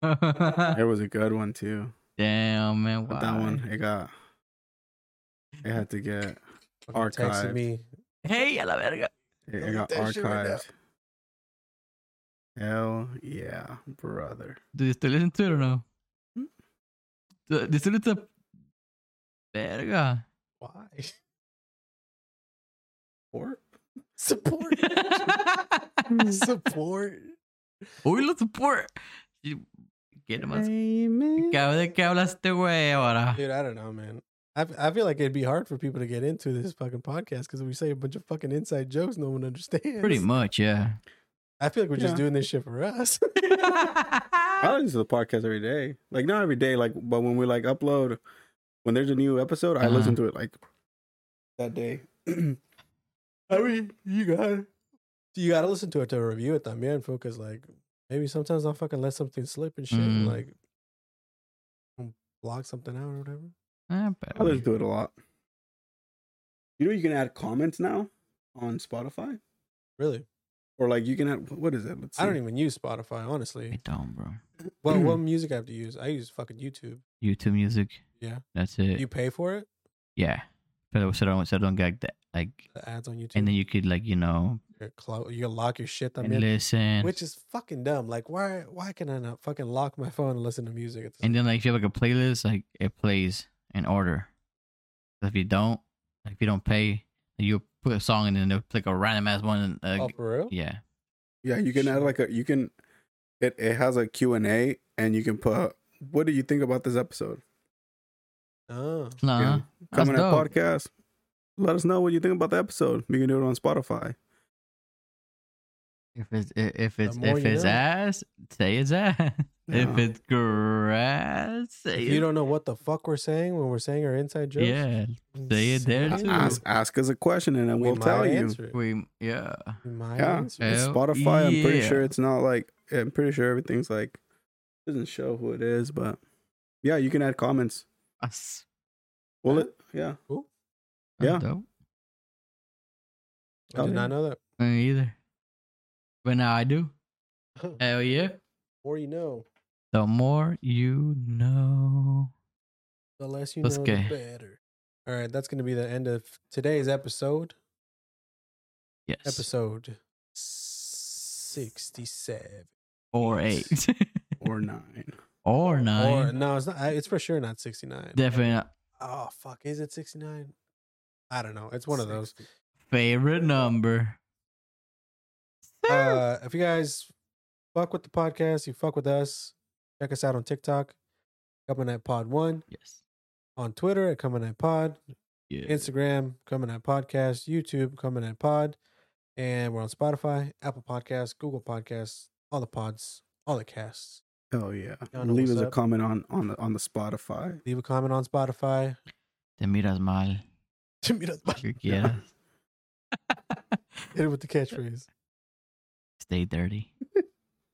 [SPEAKER 4] that
[SPEAKER 3] uh it
[SPEAKER 5] Damn
[SPEAKER 3] was a good one too.
[SPEAKER 5] man,
[SPEAKER 3] But
[SPEAKER 5] why?
[SPEAKER 3] that one it got I had to get.
[SPEAKER 4] Fucking
[SPEAKER 3] Archive.
[SPEAKER 4] Texted me.
[SPEAKER 5] Hey, a la verga.
[SPEAKER 3] It
[SPEAKER 1] Delete
[SPEAKER 3] got
[SPEAKER 1] that shit right now.
[SPEAKER 3] archived. Hell yeah, brother.
[SPEAKER 5] Do you still listen to it or no? Do do you still listen to Verga?
[SPEAKER 4] Why?
[SPEAKER 3] Or
[SPEAKER 4] Support. Support.
[SPEAKER 5] Uy, lo support. Y- ¿Quién más?
[SPEAKER 3] Amen.
[SPEAKER 5] ¿Qué- ¿De qué hablaste, güey, ahora?
[SPEAKER 4] Dude, I don't know, man. I, I feel like it'd be hard for people to get into this fucking podcast because we say a bunch of fucking inside jokes no one understands.
[SPEAKER 5] Pretty much, yeah.
[SPEAKER 4] I feel like we're just
[SPEAKER 3] Yeah.
[SPEAKER 4] doing this shit for us.
[SPEAKER 3] I listen to the podcast every day. Like not every day, like but when we like upload, when there's a new episode, I
[SPEAKER 5] Uh-huh.
[SPEAKER 3] listen to it like that day.
[SPEAKER 4] I mean, you gotta you gotta listen to it to review it también, because like maybe sometimes I'll fucking let something slip and shit, and
[SPEAKER 5] Mm.
[SPEAKER 4] like mm, block something out or whatever.
[SPEAKER 5] Ah,
[SPEAKER 3] I
[SPEAKER 5] pero-
[SPEAKER 3] listen to it a lot. You know you can add comments now on Spotify,
[SPEAKER 4] Really,
[SPEAKER 3] or like you can add what is it? Let's see.
[SPEAKER 4] I don't even use Spotify,
[SPEAKER 5] I
[SPEAKER 4] honestly.
[SPEAKER 5] don't, bro.
[SPEAKER 4] Well, what music I have to use? I use fucking YouTube.
[SPEAKER 5] YouTube music.
[SPEAKER 4] Yeah.
[SPEAKER 5] That's it.
[SPEAKER 4] You pay for it,
[SPEAKER 5] yeah. Pero so don't, so don't get that. Like,
[SPEAKER 4] the ads on YouTube,
[SPEAKER 5] and then you could, like, you know,
[SPEAKER 4] your clo- you lock your shit
[SPEAKER 5] and
[SPEAKER 4] también,
[SPEAKER 5] listen.
[SPEAKER 4] which is fucking dumb. Like, why why can I not fucking lock my phone and listen to music? At the
[SPEAKER 5] and
[SPEAKER 4] same-
[SPEAKER 5] then, like, if you have, like, a playlist, like, it plays in order. If you don't, like, if you don't pay, you put a song and then they'll click a random ass one. And, uh,
[SPEAKER 4] oh, for real?
[SPEAKER 5] Yeah.
[SPEAKER 3] Yeah, you can add
[SPEAKER 4] Sure.
[SPEAKER 3] like a you can it it has a Q and A and you can put what do you think about this episode?
[SPEAKER 4] Oh,
[SPEAKER 5] Nah.
[SPEAKER 3] Yeah.
[SPEAKER 5] that's
[SPEAKER 3] Coming at
[SPEAKER 5] dope.
[SPEAKER 3] podcast. Let us know what you think about the episode. You can do it on Spotify.
[SPEAKER 5] If it's i- if it's
[SPEAKER 4] more
[SPEAKER 5] if
[SPEAKER 4] you
[SPEAKER 5] it's
[SPEAKER 4] know.
[SPEAKER 5] ass, say it's ass.
[SPEAKER 3] Yeah.
[SPEAKER 5] If it's grass, say
[SPEAKER 4] if
[SPEAKER 5] it.
[SPEAKER 4] you don't know what the fuck we're saying when we're saying our inside jokes,
[SPEAKER 5] Yeah, Say it there,
[SPEAKER 4] Say it.
[SPEAKER 5] too.
[SPEAKER 3] Ask ask us a question and then
[SPEAKER 4] We
[SPEAKER 3] we'll
[SPEAKER 4] might
[SPEAKER 3] tell you.
[SPEAKER 4] answer it.
[SPEAKER 5] we yeah.
[SPEAKER 4] We might
[SPEAKER 3] Yeah.
[SPEAKER 4] answer it.
[SPEAKER 5] Yeah.
[SPEAKER 3] It's
[SPEAKER 5] Hell
[SPEAKER 3] Spotify, I'm pretty
[SPEAKER 5] yeah.
[SPEAKER 3] sure it's not like I'm pretty sure everything's like doesn't show who it is, but yeah, you can add comments.
[SPEAKER 5] Us.
[SPEAKER 3] Will it? Yeah.
[SPEAKER 5] That's
[SPEAKER 3] Yeah.
[SPEAKER 5] dope.
[SPEAKER 4] I did not know that.
[SPEAKER 5] Me either. But now I do. Hell yeah.
[SPEAKER 4] Or you know,
[SPEAKER 5] The more you know.
[SPEAKER 4] the less you
[SPEAKER 5] Let's
[SPEAKER 4] know,
[SPEAKER 5] go.
[SPEAKER 4] the better. All right, that's going to be the end of today's episode.
[SPEAKER 5] Yes.
[SPEAKER 4] Episode sixty-seven
[SPEAKER 5] or eight.
[SPEAKER 3] Or nine.
[SPEAKER 5] or nine.
[SPEAKER 4] Or no, it's not. I- It's for sure not sixty-nine.
[SPEAKER 5] Definitely not.
[SPEAKER 4] Oh fuck, is it sixty-nine? I don't know. It's one of those.
[SPEAKER 5] favorite number.
[SPEAKER 4] uh, if you guys fuck with the podcast, you fuck with us, check us out on TikTok, Coming at Pod One,
[SPEAKER 5] yes.
[SPEAKER 4] on Twitter at Coming at Pod,
[SPEAKER 5] Yeah.
[SPEAKER 4] Instagram Coming at Podcast, YouTube Coming at Pod, and we're on Spotify, Apple Podcasts, Google Podcasts, all the pods, all the casts.
[SPEAKER 3] Oh yeah.
[SPEAKER 4] Y'all know
[SPEAKER 3] Leave
[SPEAKER 4] what's
[SPEAKER 3] us a
[SPEAKER 4] up.
[SPEAKER 3] comment on on the on the Spotify.
[SPEAKER 4] Leave a comment on Spotify.
[SPEAKER 5] Te miras mal.
[SPEAKER 4] Hit
[SPEAKER 5] Que quieras.
[SPEAKER 4] it with the catchphrase.
[SPEAKER 5] Stay dirty.